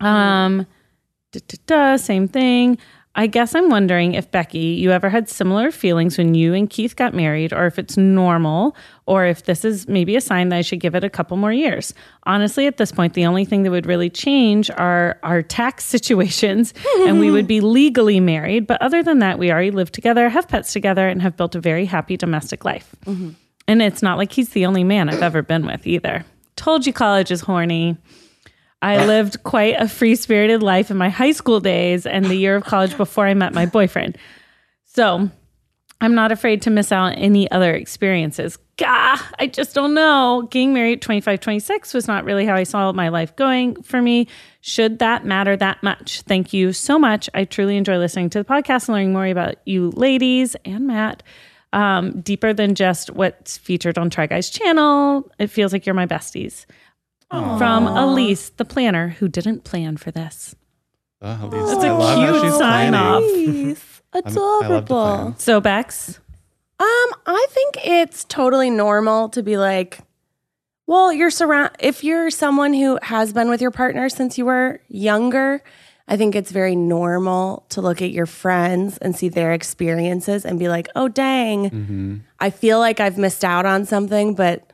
S3: Um, da, da, da, same thing. I guess I'm wondering if Becky, you ever had similar feelings when you and Keith got married, or if it's normal, or if this is maybe a sign that I should give it a couple more years. Honestly, at this point, the only thing that would really change are our tax situations, and we would be legally married. But other than that, we already live together, have pets together, and have built a very happy domestic life. And it's not like he's the only man I've ever been with either. Told you college is horny. I lived quite a free spirited life in my high school days and the year of college before I met my boyfriend. So I'm not afraid to miss out on any other experiences. Gah, I just don't know. Getting married at 25, 26 was not really how I saw my life going for me. Should that matter that much? Thank you so much. I truly enjoy listening to the podcast and learning more about you ladies and Matt. Um, deeper than just what's featured on Try Guys channel. It feels like you're my besties. From Elise, the planner who didn't plan for this.
S2: Oh,
S3: That's a cute sign off.
S4: Please. Adorable.
S2: plan.
S3: So Bex,
S4: Um, I think it's totally normal to be like, well, you're surround if you're someone who has been with your partner since you were younger, I think it's very normal to look at your friends and see their experiences and be like, "Oh dang, I feel like I've missed out on something." But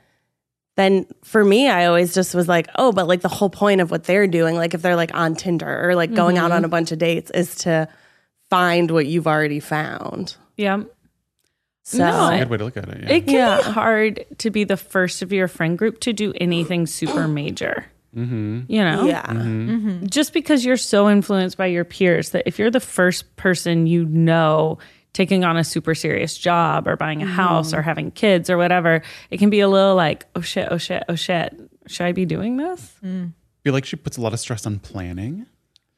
S4: then for me, I always just was like, "Oh, but like the whole point of what they're doing, like if they're like on Tinder or like going
S3: Mm-hmm.
S4: out on a bunch of dates is to find what you've already found."
S3: yeah,
S4: So
S3: No,
S2: Good way to look at it. Yeah.
S3: it can be hard to be the first of your friend group to do anything super major. Mm-hmm. You know,
S4: yeah.
S3: just because you're so influenced by your peers that if you're the first person you know taking on a super serious job or buying a house or having kids or whatever, it can be a little like, oh shit, oh shit, oh shit. Should I be doing this?
S2: feel like she puts a lot of stress on planning.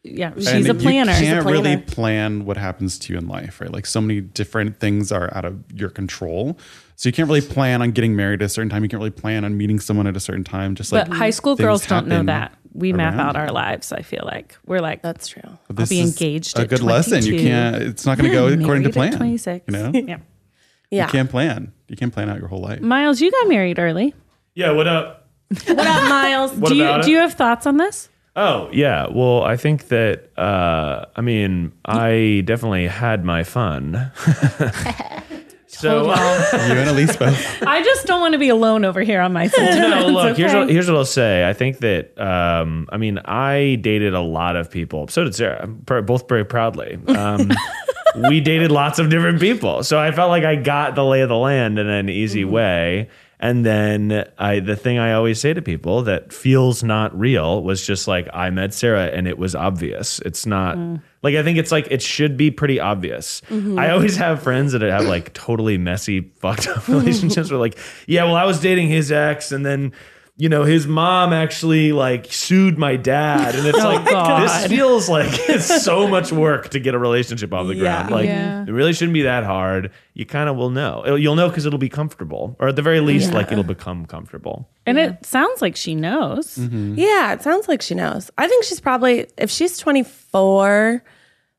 S3: Yeah,
S2: And
S3: she's a planner.
S2: You
S3: She's a
S2: can't really
S4: planner.
S2: plan what happens to you in life, right? Like so many different things are out of your control. So you can't really plan on getting married at a certain time. You can't really plan on meeting someone at a certain time. Just
S3: But
S2: like
S3: high school
S2: things
S3: girls don't know
S2: happen
S3: that. We map
S2: around
S3: out our
S2: you.
S3: lives, I feel like. We're like,
S4: That's true.
S2: But
S3: I'll be
S2: is
S3: engaged
S2: A
S3: at
S2: good lesson. You
S3: 22.
S2: can't. It's not going to go according to plan.
S3: Twenty six.
S2: You know,
S3: Yeah.
S4: Yeah.
S2: you can't plan. You can't plan out your whole life.
S3: Miles, you got married early.
S6: Yeah, what up?
S3: What up, Miles?
S6: What
S3: do you
S6: about it?
S3: do you have thoughts on this?
S6: Oh yeah, well I think that uh, I mean I definitely had my fun. So
S2: You and Elise both.
S3: I just don't want to be alone over here on my
S6: no,
S3: sentiments.
S6: look, here's,
S3: okay?
S6: what, here's what I'll say. I think that, um, I mean, I dated a lot of people. So did Sarah, pr- both very proudly. Um, we dated lots of different people. So I felt like I got the lay of the land in an easy way. And then I, the thing I always say to people that feels not real was just like, I met Sarah and it was obvious. It's not. Like I think it's like it should be pretty obvious. I always have friends that have like totally messy, fucked up relationships. Where like, yeah, well, I was dating his ex, and then you know his mom actually like sued my dad, and it's like this feels like it's so much work to get a relationship off the ground. Like
S5: Yeah.
S6: it really shouldn't be that hard. You kind of will know. It'll- you'll know because it'll be comfortable, or at the very least, like it'll become comfortable.
S3: and it sounds like she knows.
S2: Mm-hmm.
S4: Yeah, it sounds like she knows. I think she's probably, if she's 24,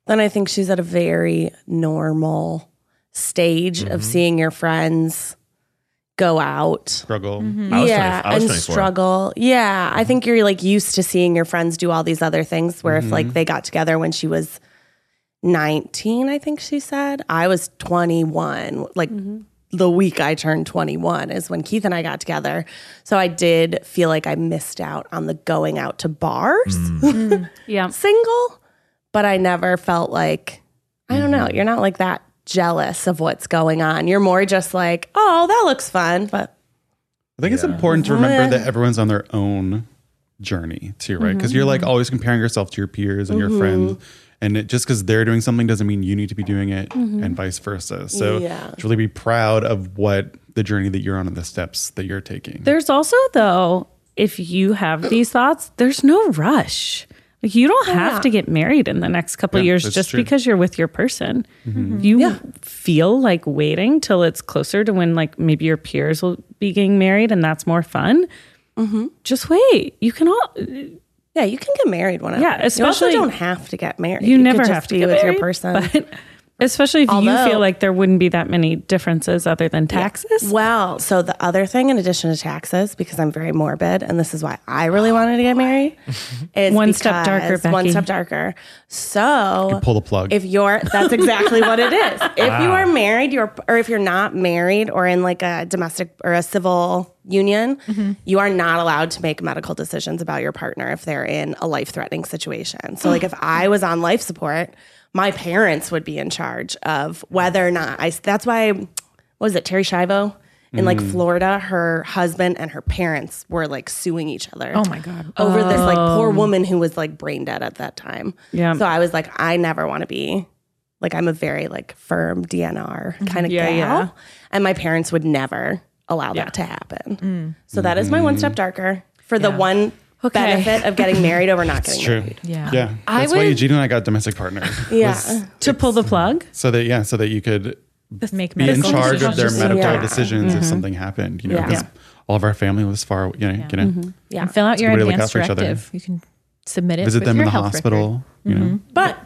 S4: then I think she's at a very normal stage of seeing your friends go out.
S2: Struggle.
S3: Mm-hmm.
S6: I was
S4: yeah,
S6: 20 I was
S4: and
S6: 24.
S4: struggle. Yeah, I think you're like used to seeing your friends do all these other things. Where if
S6: Mm-hmm.
S4: like they got together when she was 19, I think she said I was 21. Like
S6: Mm-hmm.
S4: the week I turned 21 is when Keith and I got together. So I did feel like I missed out on the going out to bars
S6: Mm.
S3: Yeah.
S4: single, but I never felt like I don't
S6: Mm-hmm.
S4: know. You're not like that jealous of what's going on. You're more just like, oh, that looks fun, but.
S2: I think it's important to remember that everyone's on their own journey too, right? Because you're
S4: Mm-hmm.
S2: like always comparing yourself to your peers and your friends. And it, just because they're doing something doesn't mean you need to be doing it and vice versa. So
S4: Mm-hmm. Yeah.
S2: to really be proud of what the journey that you're on and the steps that you're taking.
S3: There's also though, if you have these thoughts, there's no rush. Like you
S4: Oh,
S3: don't have to get married in the next couple of years
S2: that's
S3: just
S2: true.
S3: because you're with your person.
S4: Mm-hmm.
S3: You feel like waiting till it's closer to when like maybe your peers will be getting married and that's more fun. Just wait. You can all
S4: Yeah, Mm-hmm. you can get married whenever.
S3: Yeah,
S4: you
S3: especially-
S4: actually don't have to get married.
S3: you, never
S4: could just
S3: have to
S4: be
S3: get
S4: with
S3: married,
S4: your person.
S3: But especially if you
S4: Although-
S3: feel like there wouldn't be that many differences other than
S4: Mm-hmm.
S3: taxes.
S4: well, so the other thing, in addition to taxes, because I'm very morbid, and this is why I really wanted to get married, is
S3: Oh, One step darker,
S4: because- One
S3: Becky.
S4: step darker. So
S2: Pull the plug.
S4: if you're that's exactly what it is if you are married you're or if you're not married or in like a domestic or a civil union
S3: Mm-hmm.
S4: you are not allowed to make medical decisions about your partner if they're in a life-threatening situation so like if i was on life support my parents would be in charge of whether or not i that's why what was it terry shivo in like Florida, her husband and her parents were like suing each other. Oh
S5: my God.
S4: Over this like poor woman who was like brain dead at that time.
S3: Yeah.
S4: So I was like, I never want to be like I'm a very like firm DNR kind of
S3: Yeah,
S4: gal,
S3: yeah.
S4: and my parents would never allow that to happen. So that is my one step darker for the one benefit of getting married over not getting
S2: true.
S4: married.
S5: Yeah.
S2: Yeah.
S5: I
S2: That's why
S5: would-
S2: Eugene and I got domestic partner.
S4: Yeah.
S3: to pull the plug.
S2: So that, yeah, so that you could
S5: Make
S2: be in
S5: medical
S2: charge of their
S5: decisions.
S2: medical
S4: Yeah. Mm-hmm.
S2: decisions if something happened, you know,
S4: Yeah.
S2: because
S4: Yeah.
S2: all of our family was far, you know, you know
S4: Yeah.
S5: And fill out your
S2: we really look out
S5: advance
S2: for each other.
S5: directive. You can submit it.
S2: visit
S5: with
S2: them in
S5: your
S2: the
S5: health record. Mm-hmm.
S2: hospital, you know.
S4: But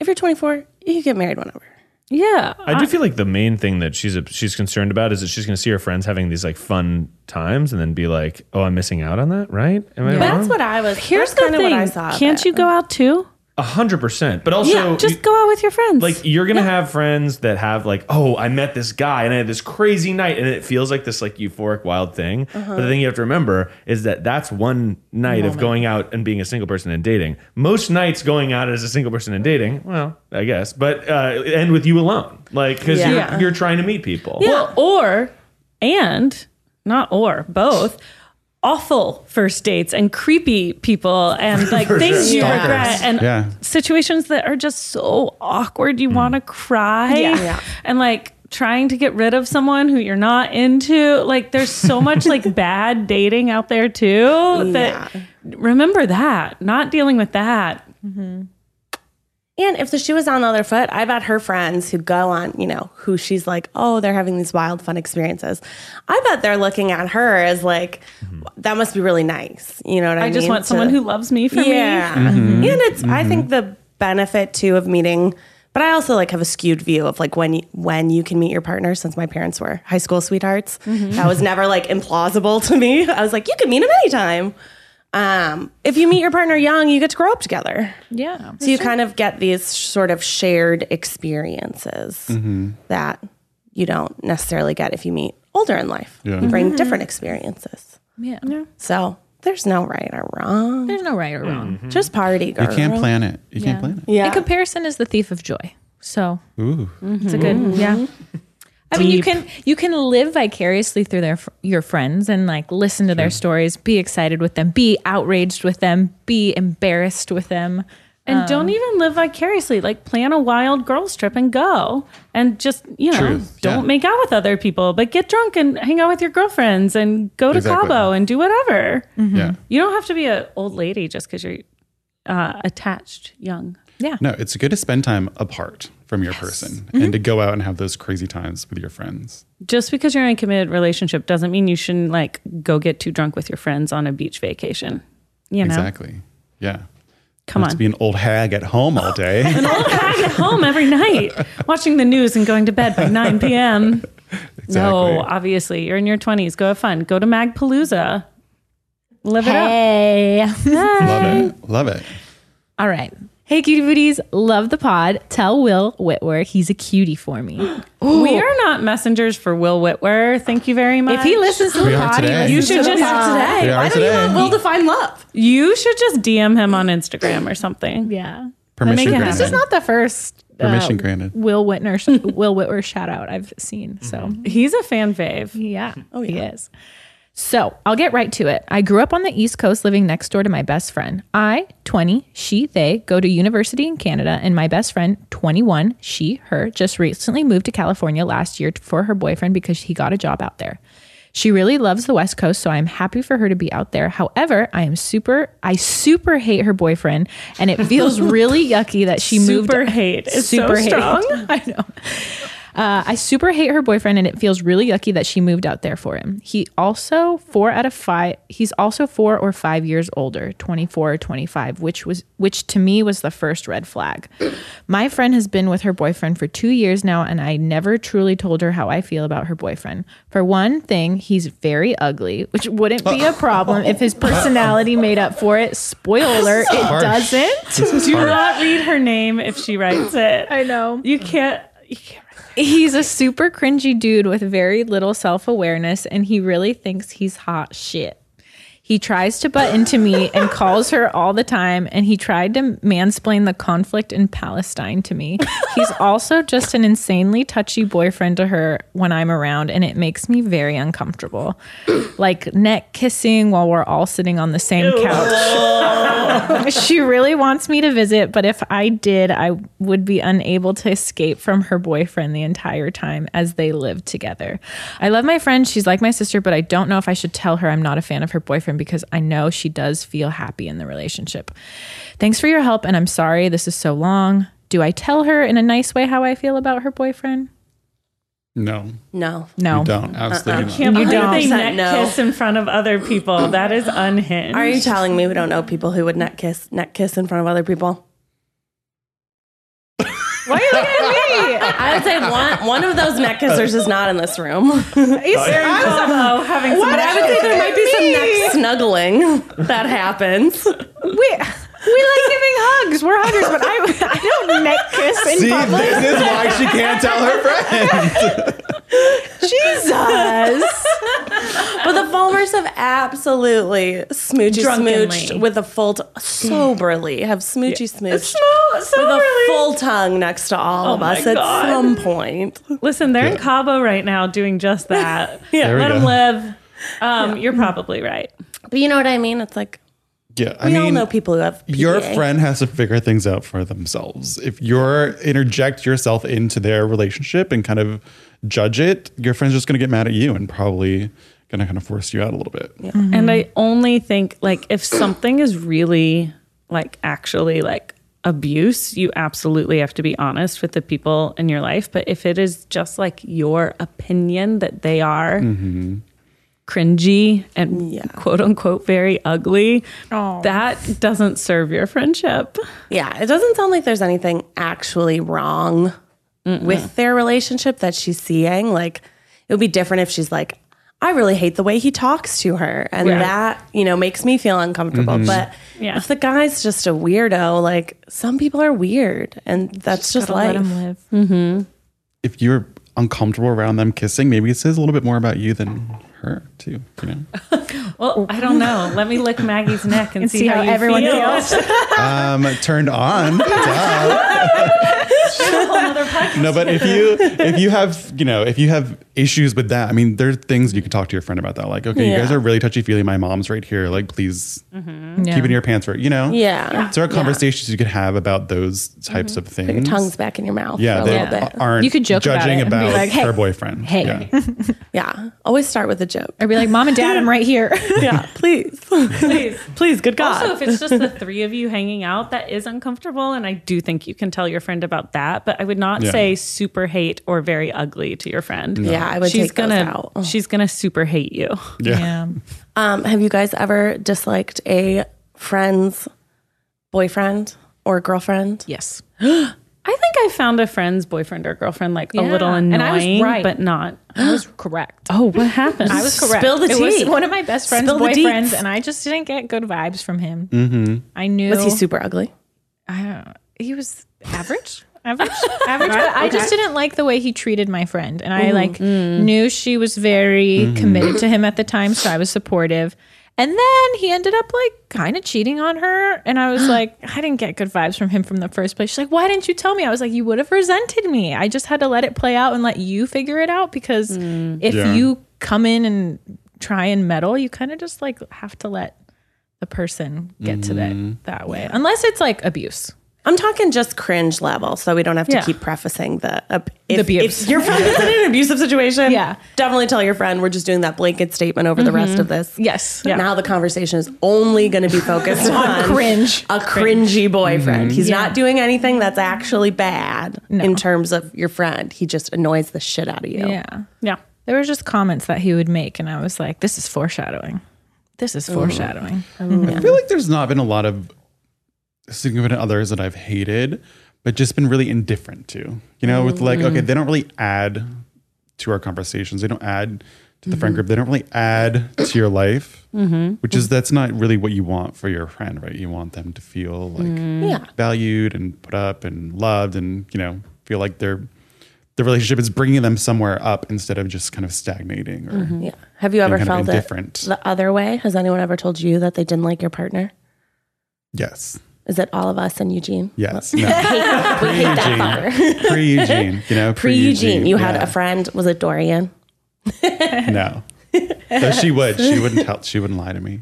S4: if you're 24, you get married whenever.
S3: Yeah.
S6: I do feel like the main thing that she's she's concerned about is that she's going to see her friends having these like fun times and then be like, "Oh, I'm missing out on that, right?" Am I
S5: Yeah.
S6: wrong?
S4: That's what I was.
S3: Here's
S4: that's
S3: the
S4: kinda
S3: thing.
S4: What I saw um, of
S3: Can't
S4: it.
S3: you go out too?
S6: A hundred percent. But also,
S3: yeah, just
S6: you-
S3: go out with your friends.
S6: like you're gonna have friends that have like, "Oh, I met this guy and I had this crazy night," and it feels like this like euphoric wild thing. But the thing you have to remember is that that's one night of going out and being a single person and dating. Most nights going out as a single person and dating, well, I guess, but uh, end with you alone, like because
S4: Yeah.
S6: you're, you're trying to meet people.
S3: Well, or and not or both awful first dates and creepy people and like things you
S4: Stalkers.
S3: regret and
S2: Yeah.
S3: situations that are just so awkward you want to cry
S4: Mm. Yeah. Yeah.
S3: and like trying to get rid of someone who you're not into like there's so much like bad dating out there too that remember that not dealing with that
S4: And if the shoe was on the other foot, I've had her friends who go on, you know, who she's like, oh, they're having these wild, fun experiences. I bet they're looking at her as like, that must be really nice. You know what I,
S3: i
S4: mean?
S3: just want someone
S4: To-
S3: who loves me for me
S4: yeah. And it's, I think the benefit too of meeting, but I also like have a skewed view of like when you, when you can meet your partner. Since my parents were high school sweethearts,
S3: Mm-hmm.
S4: that was never like implausible to me. I was like, you can meet him anytime. Um, if you meet your partner young, you get to grow up together.
S5: Yeah.
S2: Mm-hmm.
S4: So you kind of get these sort of shared experiences that you don't necessarily get if you meet older in life.
S2: Yeah.
S4: You bring different experiences.
S5: Yeah.
S4: So there's no right or wrong.
S5: There's no right or
S2: Mm-hmm.
S5: wrong.
S4: Just party, girl.
S2: You can't plan it. You can't plan it.
S4: Yeah.
S5: And comparison is the thief of joy. So
S2: Ooh.
S5: it's a good
S4: Mm-hmm.
S5: yeah. I mean, you can you can live vicariously through their fr- your friends and like listen to their stories, be excited with them, be outraged with them, be embarrassed with them.
S3: And
S2: Um,
S3: don't even live vicariously. Like plan a wild girls trip and go, and just you know,
S2: Truth, yeah.
S3: don't make out with other people, but get drunk and hang out with your girlfriends and go to
S2: Exactly. Mm-hmm.
S3: Cabo and do whatever.
S2: Yeah.
S3: You don't have to be an old lady just because you're uh, attached, young.
S2: No, it's good to spend time apart from your person
S3: Mm-hmm.
S2: and to go out and have those crazy times with your friends.
S3: Just because you're in a committed relationship doesn't mean you shouldn't like go get too drunk with your friends on a beach vacation. You know,
S2: Exactly. Yeah.
S3: come
S2: Not
S3: on,
S2: To be an old hag at home all day.
S3: I get home every night watching the news and going to bed by 9 p.m.
S2: Exactly.
S3: No, obviously, you're in your 20s. Go have fun. Go to Magpalooza. Live it up.
S5: Hey.
S2: Love it. Love it.
S5: All right. Hey, cutie booties, love the pod. Tell Will Whitwer he's a cutie for me.
S3: We are not messengers for Will Whitwer. Thank you very much.
S5: If he listens to uh,
S2: We
S5: the
S2: are
S5: pod, he
S2: today.
S5: listens
S3: you should
S5: to the
S3: just
S5: pod.
S4: today.
S2: We are
S4: Why don't you
S2: today.
S4: want Will to find love?
S3: you should just DM him on Instagram or something.
S5: Yeah.
S2: Permission
S3: it happen.
S2: granted.
S5: This is not the first uh,
S2: Permission granted.
S5: Will Whitner sh- Will Whitwer shout out I've seen. So
S2: Mm-hmm.
S3: He's a fan fave.
S5: Yeah. Oh, he is. So I'll get right to it. I grew up on the East Coast living next door to my best friend. I, 20, she, they go to university in Canada, and my best friend, 21, she, her, just recently moved to California last year for her boyfriend because he got a job out there. She really loves the West Coast, so I'm happy for her to be out there. However, I am super, I super hate her boyfriend, and it feels really yucky that she moved.
S3: Super hate. It's so strong.
S5: I know. Uh, I super hate her boyfriend, and it feels really yucky that she moved out there for him. He also four out of five. He's also four or five years older, twenty four or twenty five, which was which to me was the first red flag. My friend has been with her boyfriend for two years now, and I never truly told her how I feel about her boyfriend. For one thing, he's very ugly, which wouldn't be a problem if his personality made up for it. Spoiler: it
S2: Harsh.
S5: doesn't.
S3: Do not read her name if she writes it.
S5: I know.
S3: You can't. You can't write
S5: He's a super cringy dude with very little self awareness, and he really thinks he's hot shit. He tries to butt into me and calls her all the time, and he tried to mansplain the conflict in Palestine to me. He's also just an insanely touchy boyfriend to her when I'm around, and it makes me very uncomfortable. Like neck kissing while we're all sitting on the same couch she really wants me to visit, but if I did, I would be unable to escape from her boyfriend the entire time as they lived together. I love my friend. She's like my sister, but I don't know if I should tell her I'm not a fan of her boyfriend because I know she does feel happy in the relationship. Thanks for your help, and I'm sorry this is so long. Do I tell her in a nice way how I feel about her boyfriend?
S2: No,
S4: No.
S5: No.
S2: you don't. Absolutely not.
S3: can't believe they
S4: 100%
S3: neck
S4: no.
S3: kiss in front of other people. That is unhinged.
S4: Are you telling me we don't know people who would neck kiss neck kiss in front of other people?
S5: Why are you looking at me?
S4: I would say one one of those neck kissers is not in this room.
S3: Bravo, having some
S4: But I would say there might be some neck snuggling that happens.
S5: We, we like giving hugs. We're huggers, but I, I don't neck kiss in
S2: See,
S5: public.
S2: this is why she can't tell her friends.
S4: Jesus. but the Fulmers have absolutely smoochy
S3: Drunkenly.
S4: smooched with a full, t- soberly, have smoochy Oh smooched with a full tongue next to all of
S3: my
S4: us at
S3: God.
S4: some point.
S3: Listen, they're in Cabo right now doing just that. yeah,
S2: There we
S3: let them
S2: go.
S3: live. Um, You're probably right.
S4: But you know what I mean? It's like,
S2: Yeah, I
S4: we
S2: mean,
S4: all know people who have PDA.
S2: your friend has to figure things out for themselves. If you're interject yourself into their relationship and kind of judge it, your friend's just going to get mad at you and probably going to kind of force you out a little bit.
S3: And I only think like if something is really like actually like abuse, you absolutely have to be honest with the people in your life. But if it is just like your opinion that they are cringy and quote unquote very ugly, that doesn't serve your friendship.
S4: Yeah, it doesn't sound like there's anything actually wrong with their relationship that she's seeing. Like, it would be different if she's like, I really hate the way he talks to her. And that, you know, makes me feel uncomfortable.
S2: Mm-hmm.
S4: But
S3: Yeah.
S4: if the guy's just a weirdo, like, some people are weird. And that's just,
S5: Gotta let
S4: life.
S5: him live.
S2: If you're uncomfortable around them kissing, maybe it says a little bit more about you than her too. You know,
S3: Well, I don't know. Let me lick Maggie's neck and, see, how, you
S5: everyone
S3: feel.
S5: feels.
S2: um, turned on. Duh.
S3: Whole nother podcast.
S2: No, but if you if you have you know if you have issues with that, I mean, there are things you can talk to your friend about that. Like, okay, you guys
S4: Yeah.
S2: are really touchy feely. My mom's right here. Like, please keep it in your pants for you know.
S4: Yeah. Yeah.
S2: there are conversations you could have about those types
S5: Mm-hmm.
S2: of things.
S4: Your tongue's back in your mouth
S2: yeah,
S4: for a
S2: that
S4: little bit.
S2: aren't
S5: You could joke about
S2: judging
S5: it and be
S2: about,
S5: like,
S2: her
S5: "Hey,
S2: boyfriend.
S5: hey."
S2: Yeah.
S4: Yeah. Always start with a joke.
S5: I'd be like, Mom and Dad, I'm right here.
S4: yeah, please.
S3: Please.
S4: Please, good God.
S3: Also, if it's just the three of you hanging out, that is uncomfortable. And I do think you can tell your friend about that. But I would not
S2: Yeah.
S3: say super hate or very ugly to your friend.
S4: yeah, I would
S3: she's
S4: take those
S3: gonna
S4: out.
S3: she's gonna super hate you.
S2: yeah,
S4: Um, have you guys ever disliked a friend's boyfriend or girlfriend?
S5: Yes.
S3: I think I found a friend's boyfriend or girlfriend like a
S5: Yeah,
S3: little annoying,
S5: and I was right.
S3: but not.
S5: I was correct.
S3: Oh, what happened?
S5: I was correct.
S4: Spill the
S5: It was
S4: tea.
S5: one of my best friend's
S4: Spill the
S5: boyfriends,
S4: deets.
S5: and I just didn't get good vibes from him. I knew
S4: Was he super ugly?
S5: I don't. He was average. Average, average, but I just didn't like the way he treated my friend, and I like knew she was very committed to him at the time, so I was supportive. And then he ended up like kind of cheating on her, and I was like, I didn't get good vibes from him from the first place. She's like, Why didn't you tell me? I was like, You would have resented me. I just had to let it play out and let you figure it out because if
S2: Yeah.
S5: you come in and try and meddle, you kind of just like have to let the person get to that that way, unless it's like abuse.
S4: I'm talking just cringe level, so we don't have to
S5: Yeah.
S4: keep prefacing the ab-
S5: The
S4: if,
S5: abuse.
S4: if your friend is in an abusive situation.
S5: Yeah. Mm-hmm.
S4: definitely tell your friend we're just doing that blanket statement over the rest of this.
S5: Yes.
S4: Now the conversation is only going to be focused on
S5: cringe. Mm-hmm.
S4: a cringy boyfriend. He's not doing anything that's actually bad in terms of your friend. He just annoys the shit out of you.
S5: Yeah.
S3: yeah.
S5: There were just comments that he would make, and I was like, this is foreshadowing. This is foreshadowing.
S2: I feel like there's not been a lot of significant others that I've hated, but just been really indifferent to. You know, with like,
S4: Mm.
S2: okay, they don't really add to our conversations. They don't add to the
S4: Mm-hmm.
S2: friend group. They don't really add to your life, which is that's not really what you want for your friend, right? You want them to feel like
S4: Mm. Yeah.
S2: valued and put up and loved, and you know, feel like their the relationship is bringing them somewhere up instead of just kind of stagnating or
S4: Yeah. Have you ever
S2: kind of
S4: Mm-hmm. felt it
S2: indifferent.
S4: the other way? Has anyone ever told you that they didn't like your partner?
S2: yes,
S4: Is it all of us and Eugene?
S2: yes, no.
S4: we hate that fucker.
S2: pre Eugene, you know,
S4: Pre Eugene, you had
S2: yeah.
S4: a friend. Was it Dorian?
S2: No, Though she would. She wouldn't tell. She wouldn't lie to me.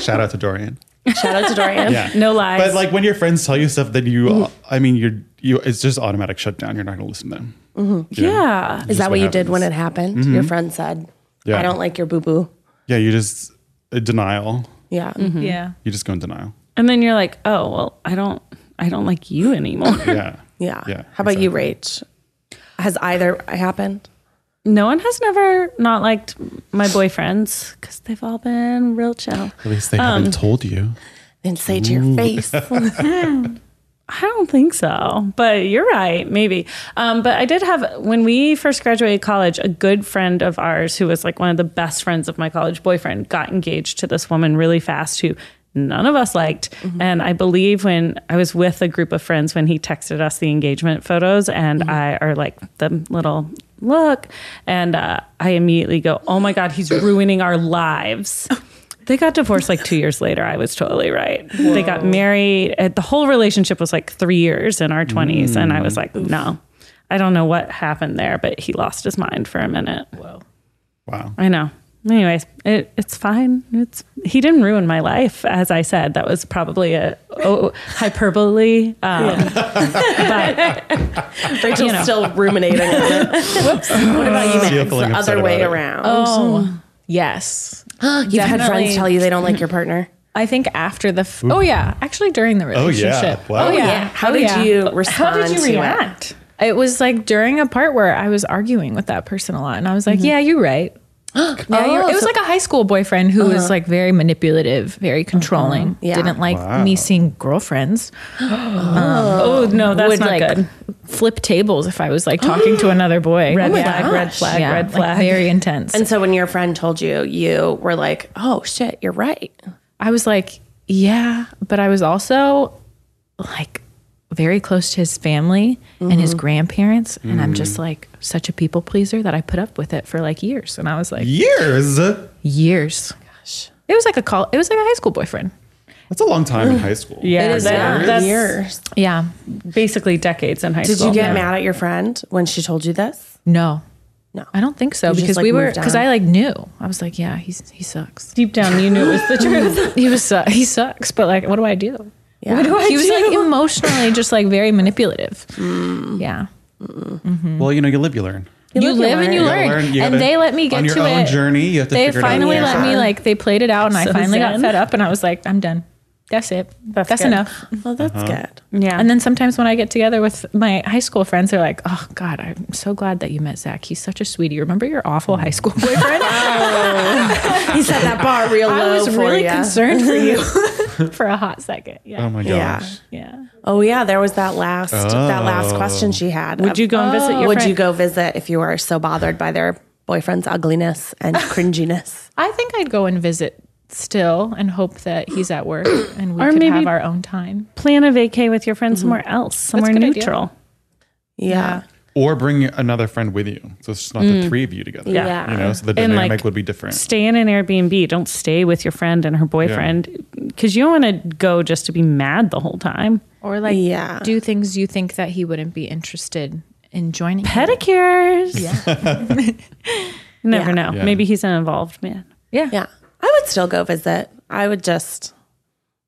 S2: Shout out to Dorian.
S4: Shout out to Dorian.
S2: Yeah,
S3: No lies.
S2: But like when your friends tell you stuff that you, I mean, you're you. It's just automatic shutdown. You're not gonna listen to them.
S3: Yeah.
S4: Is that
S2: what
S4: what, you did when it
S2: happens. Mm-hmm.
S4: happened? Your friend said,
S2: Yeah.
S4: I don't like your boo boo.
S2: Yeah, you just uh, denial.
S4: Yeah.
S5: Yeah.
S2: You just go in denial.
S3: And then you're like, oh well, I don't I don't like you anymore.
S2: Yeah.
S4: Yeah.
S2: Yeah,
S4: How about you,
S2: exactly.
S4: Rach? Has either happened?
S3: no one has never not liked my boyfriends because they've all been real chill.
S2: At least they haven't told you.
S4: And say to your face.
S3: I don't think so, but you're right, maybe. Um, but I did have, when we first graduated college, a good friend of ours who was like one of the best friends of my college boyfriend got engaged to this woman really fast who none of us liked. And I believe when I was with a group of friends when he texted us the engagement photos, and I are like the little look, and uh, I immediately go, oh my God, he's ruining our lives. They got divorced like two years later. I was totally right. They got married. Uh, The whole relationship was like three years in our 20s. And I was like, no, I don't know what happened there, but he lost his mind for a minute.
S2: Wow.
S3: I know. Anyways, it, it's fine. It's he didn't ruin my life, as I said. That was probably a oh, hyperbole. Um, but
S4: Rachel's
S3: know.
S4: still ruminating on it. What about you,
S2: Still
S4: Max?
S2: feeling
S4: The
S2: upset
S4: other way
S2: about it.
S4: around.
S5: Oh, yes.
S4: You've had friends
S5: definitely.
S4: tell you they don't like your partner.
S5: I think after the, f- oh, yeah. Actually, during the
S2: Oh, yeah.
S5: relationship.
S2: Wow.
S5: Oh, yeah.
S4: How
S5: Oh,
S4: did
S5: yeah.
S4: you respond? to it?
S5: It was like during a part where I was arguing with that person a lot, and I was like,
S3: Mm-hmm.
S5: "Yeah, you're right."
S3: Oh,
S5: yeah, you're right." It was like a high school boyfriend who
S3: Uh-huh.
S5: was like very manipulative, very controlling.
S4: Yeah.
S5: Didn't like
S2: Wow.
S5: me seeing girlfriends. Um,
S3: Oh no, that's
S5: would
S3: not
S5: like
S3: good.
S5: flip tables if I was like talking to another boy. Oh
S3: Red flag, red flag,
S5: Yeah,
S3: red
S5: like,
S3: flag.
S5: very intense.
S4: And so when your friend told you, you were like, oh shit, you're right.
S5: I was like, yeah, but I was also like very close to his family and his grandparents. And I'm just like such a people pleaser that I put up with it for like years. And I was like,
S2: Years? That's
S5: years. Gosh. It was like a call, it was like a high school boyfriend.
S2: a long time in high school.
S3: Yeah,
S4: It is
S3: that-
S4: nine
S3: that's
S4: years.
S5: Yeah.
S3: basically decades in high
S4: Did
S3: school.
S4: you get
S3: Yeah.
S4: mad at your friend when she told you this?
S5: No.
S4: No.
S5: I don't think so
S4: You just,
S5: because
S4: like,
S5: we were
S4: moved
S5: because
S4: on.
S5: I like knew I was like yeah he's he sucks
S3: Deep down, you knew it was the truth.
S5: he was su- he sucks but like what do I do
S4: Yeah.
S5: he was like emotionally just like very manipulative yeah
S2: Well, you know, you live, you learn.
S5: you,
S4: live, you
S5: live and
S2: You
S4: learn.
S5: you learn,
S2: learn, you
S5: and
S2: gotta-
S5: they let me get
S2: on your
S5: to
S2: own
S5: it
S2: journey, you have to
S5: they
S2: figure it out on
S5: finally
S2: your
S5: let me
S2: own.
S5: like they played it out and I
S3: So
S5: finally got
S3: zen.
S5: fed up and I was like I'm done that's it that's,
S3: good.
S5: enough
S4: Well, that's
S2: Uh-huh.
S4: good.
S3: yeah,
S5: and then sometimes when I get together with my high school friends they're like oh god I'm so glad that you met Zach he's such a sweetie remember your awful high school boyfriend
S4: He set that bar real low
S5: I was
S4: for
S5: really
S4: ya.
S5: concerned for you for a hot second. Yeah.
S2: Oh my gosh.
S4: Yeah.
S5: yeah.
S4: Oh yeah, there was that last that
S2: Oh.
S4: last question she had.
S3: would you go and visit your
S4: Would
S3: friend?
S4: you go visit if you are so bothered by their boyfriend's ugliness and cringiness?
S5: I think I'd go and visit still and hope that he's at work and we
S3: Or
S5: could
S3: maybe-
S5: have our own time.
S3: plan a vacay with your friend somewhere else, somewhere
S5: a good idea.
S3: neutral?
S4: Yeah.
S2: Or bring another friend with you. So it's just not the three of you together.
S4: Yeah. Yeah.
S2: You know, so the
S3: And,
S2: dynamic
S3: like,
S2: would be different.
S3: Stay in an Airbnb. Don't stay with your friend and her boyfriend because you don't want to go just to be mad the whole time.
S5: Or like
S4: Yeah.
S5: do things you think that he wouldn't be interested in joining. you.
S3: Pedicures. Yeah. Never know.
S2: Yeah.
S3: Maybe he's an involved man.
S5: Yeah.
S4: Yeah. I would still go visit. I would just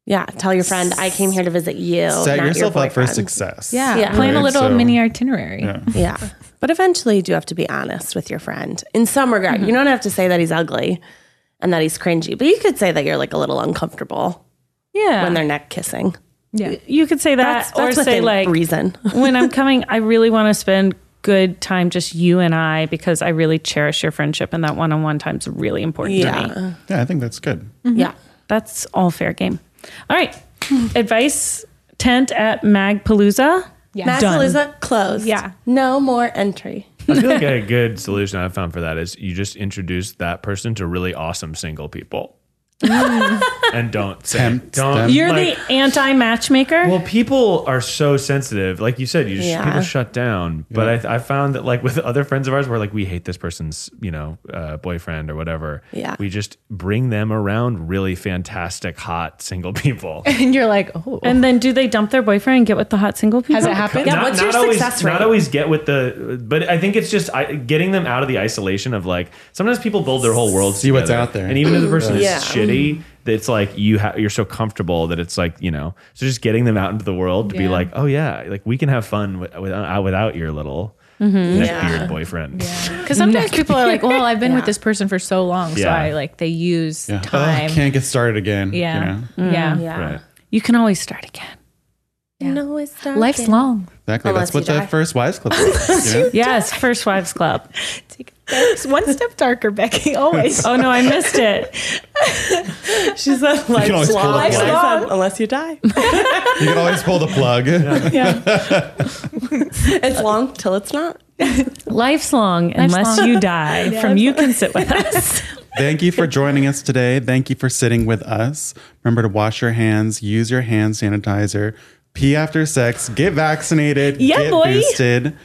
S4: yeah, tell your friend I came here to visit you.
S2: Set
S4: not your
S2: yourself up for
S4: boyfriend."
S2: success.
S5: Yeah.
S4: Yeah.
S5: Plan a
S2: Right,
S5: little
S2: so-
S5: mini itinerary.
S2: Yeah.
S4: Yeah. But eventually you do have to be honest with your friend in some regard. You don't have to say that he's ugly and that he's cringy, but you could say that you're like a little uncomfortable
S3: Yeah.
S4: when they're neck kissing.
S3: you could say that
S4: That's, that's
S3: or say
S4: within
S3: like Mm-hmm.
S4: reason.
S3: when I'm coming, I really want to spend good time just you and I because I really cherish your friendship and that one-on-one time's really important to me.
S4: Yeah.
S2: Yeah, I think that's good.
S4: Yeah.
S3: That's all fair game. All right. Advice tent at Magpalooza.
S4: Mass Palooza closed.
S3: Yeah.
S4: No more entry.
S6: I feel like a good solution I've found for that is you just introduce that person to really awesome single people. and don't say,
S2: Tempt
S6: don't.
S2: them.
S3: You're
S6: like-
S3: the anti matchmaker.
S6: Well, people are so sensitive. Like you said, you just,
S4: Yeah.
S6: people shut down. But I, I found that like with other friends of ours, we're like, we hate this person's, you know, uh, boyfriend or whatever.
S4: Yeah.
S6: We just bring them around really fantastic, hot single people.
S5: And you're like, oh
S3: and then do they dump their boyfriend and get with the hot single people?
S5: has it happened?
S4: Yeah, what's your
S6: always,
S4: success
S6: Not
S4: rate?
S6: always get with the, but I think it's just I, getting them out of the isolation of like sometimes people build their whole world.
S2: See what's
S6: together.
S2: out there.
S6: and even if the person
S4: Yeah.
S6: is shitty, it's like you ha- you're so comfortable that it's like you know. So just getting them out into the world to be
S5: Yeah.
S6: like, oh yeah, like we can have fun with, without, without your little neckbeard
S4: Mm-hmm. Yeah.
S6: boyfriend.
S5: Because sometimes people are like, well, I've been with this person for so long. So
S6: Yeah.
S5: I like, they use
S2: Yeah.
S5: time.
S2: Oh, can't get started again. you
S5: yeah.
S2: know?
S5: yeah.
S4: Yeah.
S6: Right.
S3: You can always start again.
S4: No, it's not.
S5: Life's long.
S2: Exactly.
S4: Unless
S2: that's what
S4: you
S2: the
S4: die.
S2: first wives club is. you know?
S3: Yes, First Wives Club.
S5: Take it one step darker, Becky. Always.
S3: Oh no, I missed it.
S4: She said
S2: can always
S4: life's
S2: pull the
S4: long.
S2: plug.
S4: Life's long. Unless you die.
S2: You can always pull the plug.
S4: it's long till it's not.
S3: Life's long unless
S5: long.
S3: you die. From you can sit with us.
S2: Thank you for joining us today. Thank you for sitting with us. Remember to wash your hands, use your hand sanitizer, pee after sex, get vaccinated,
S3: Yeah,
S2: get
S3: boy.
S2: boosted,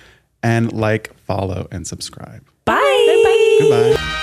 S2: and like, follow, and subscribe.
S3: Bye. Bye.
S2: Goodbye.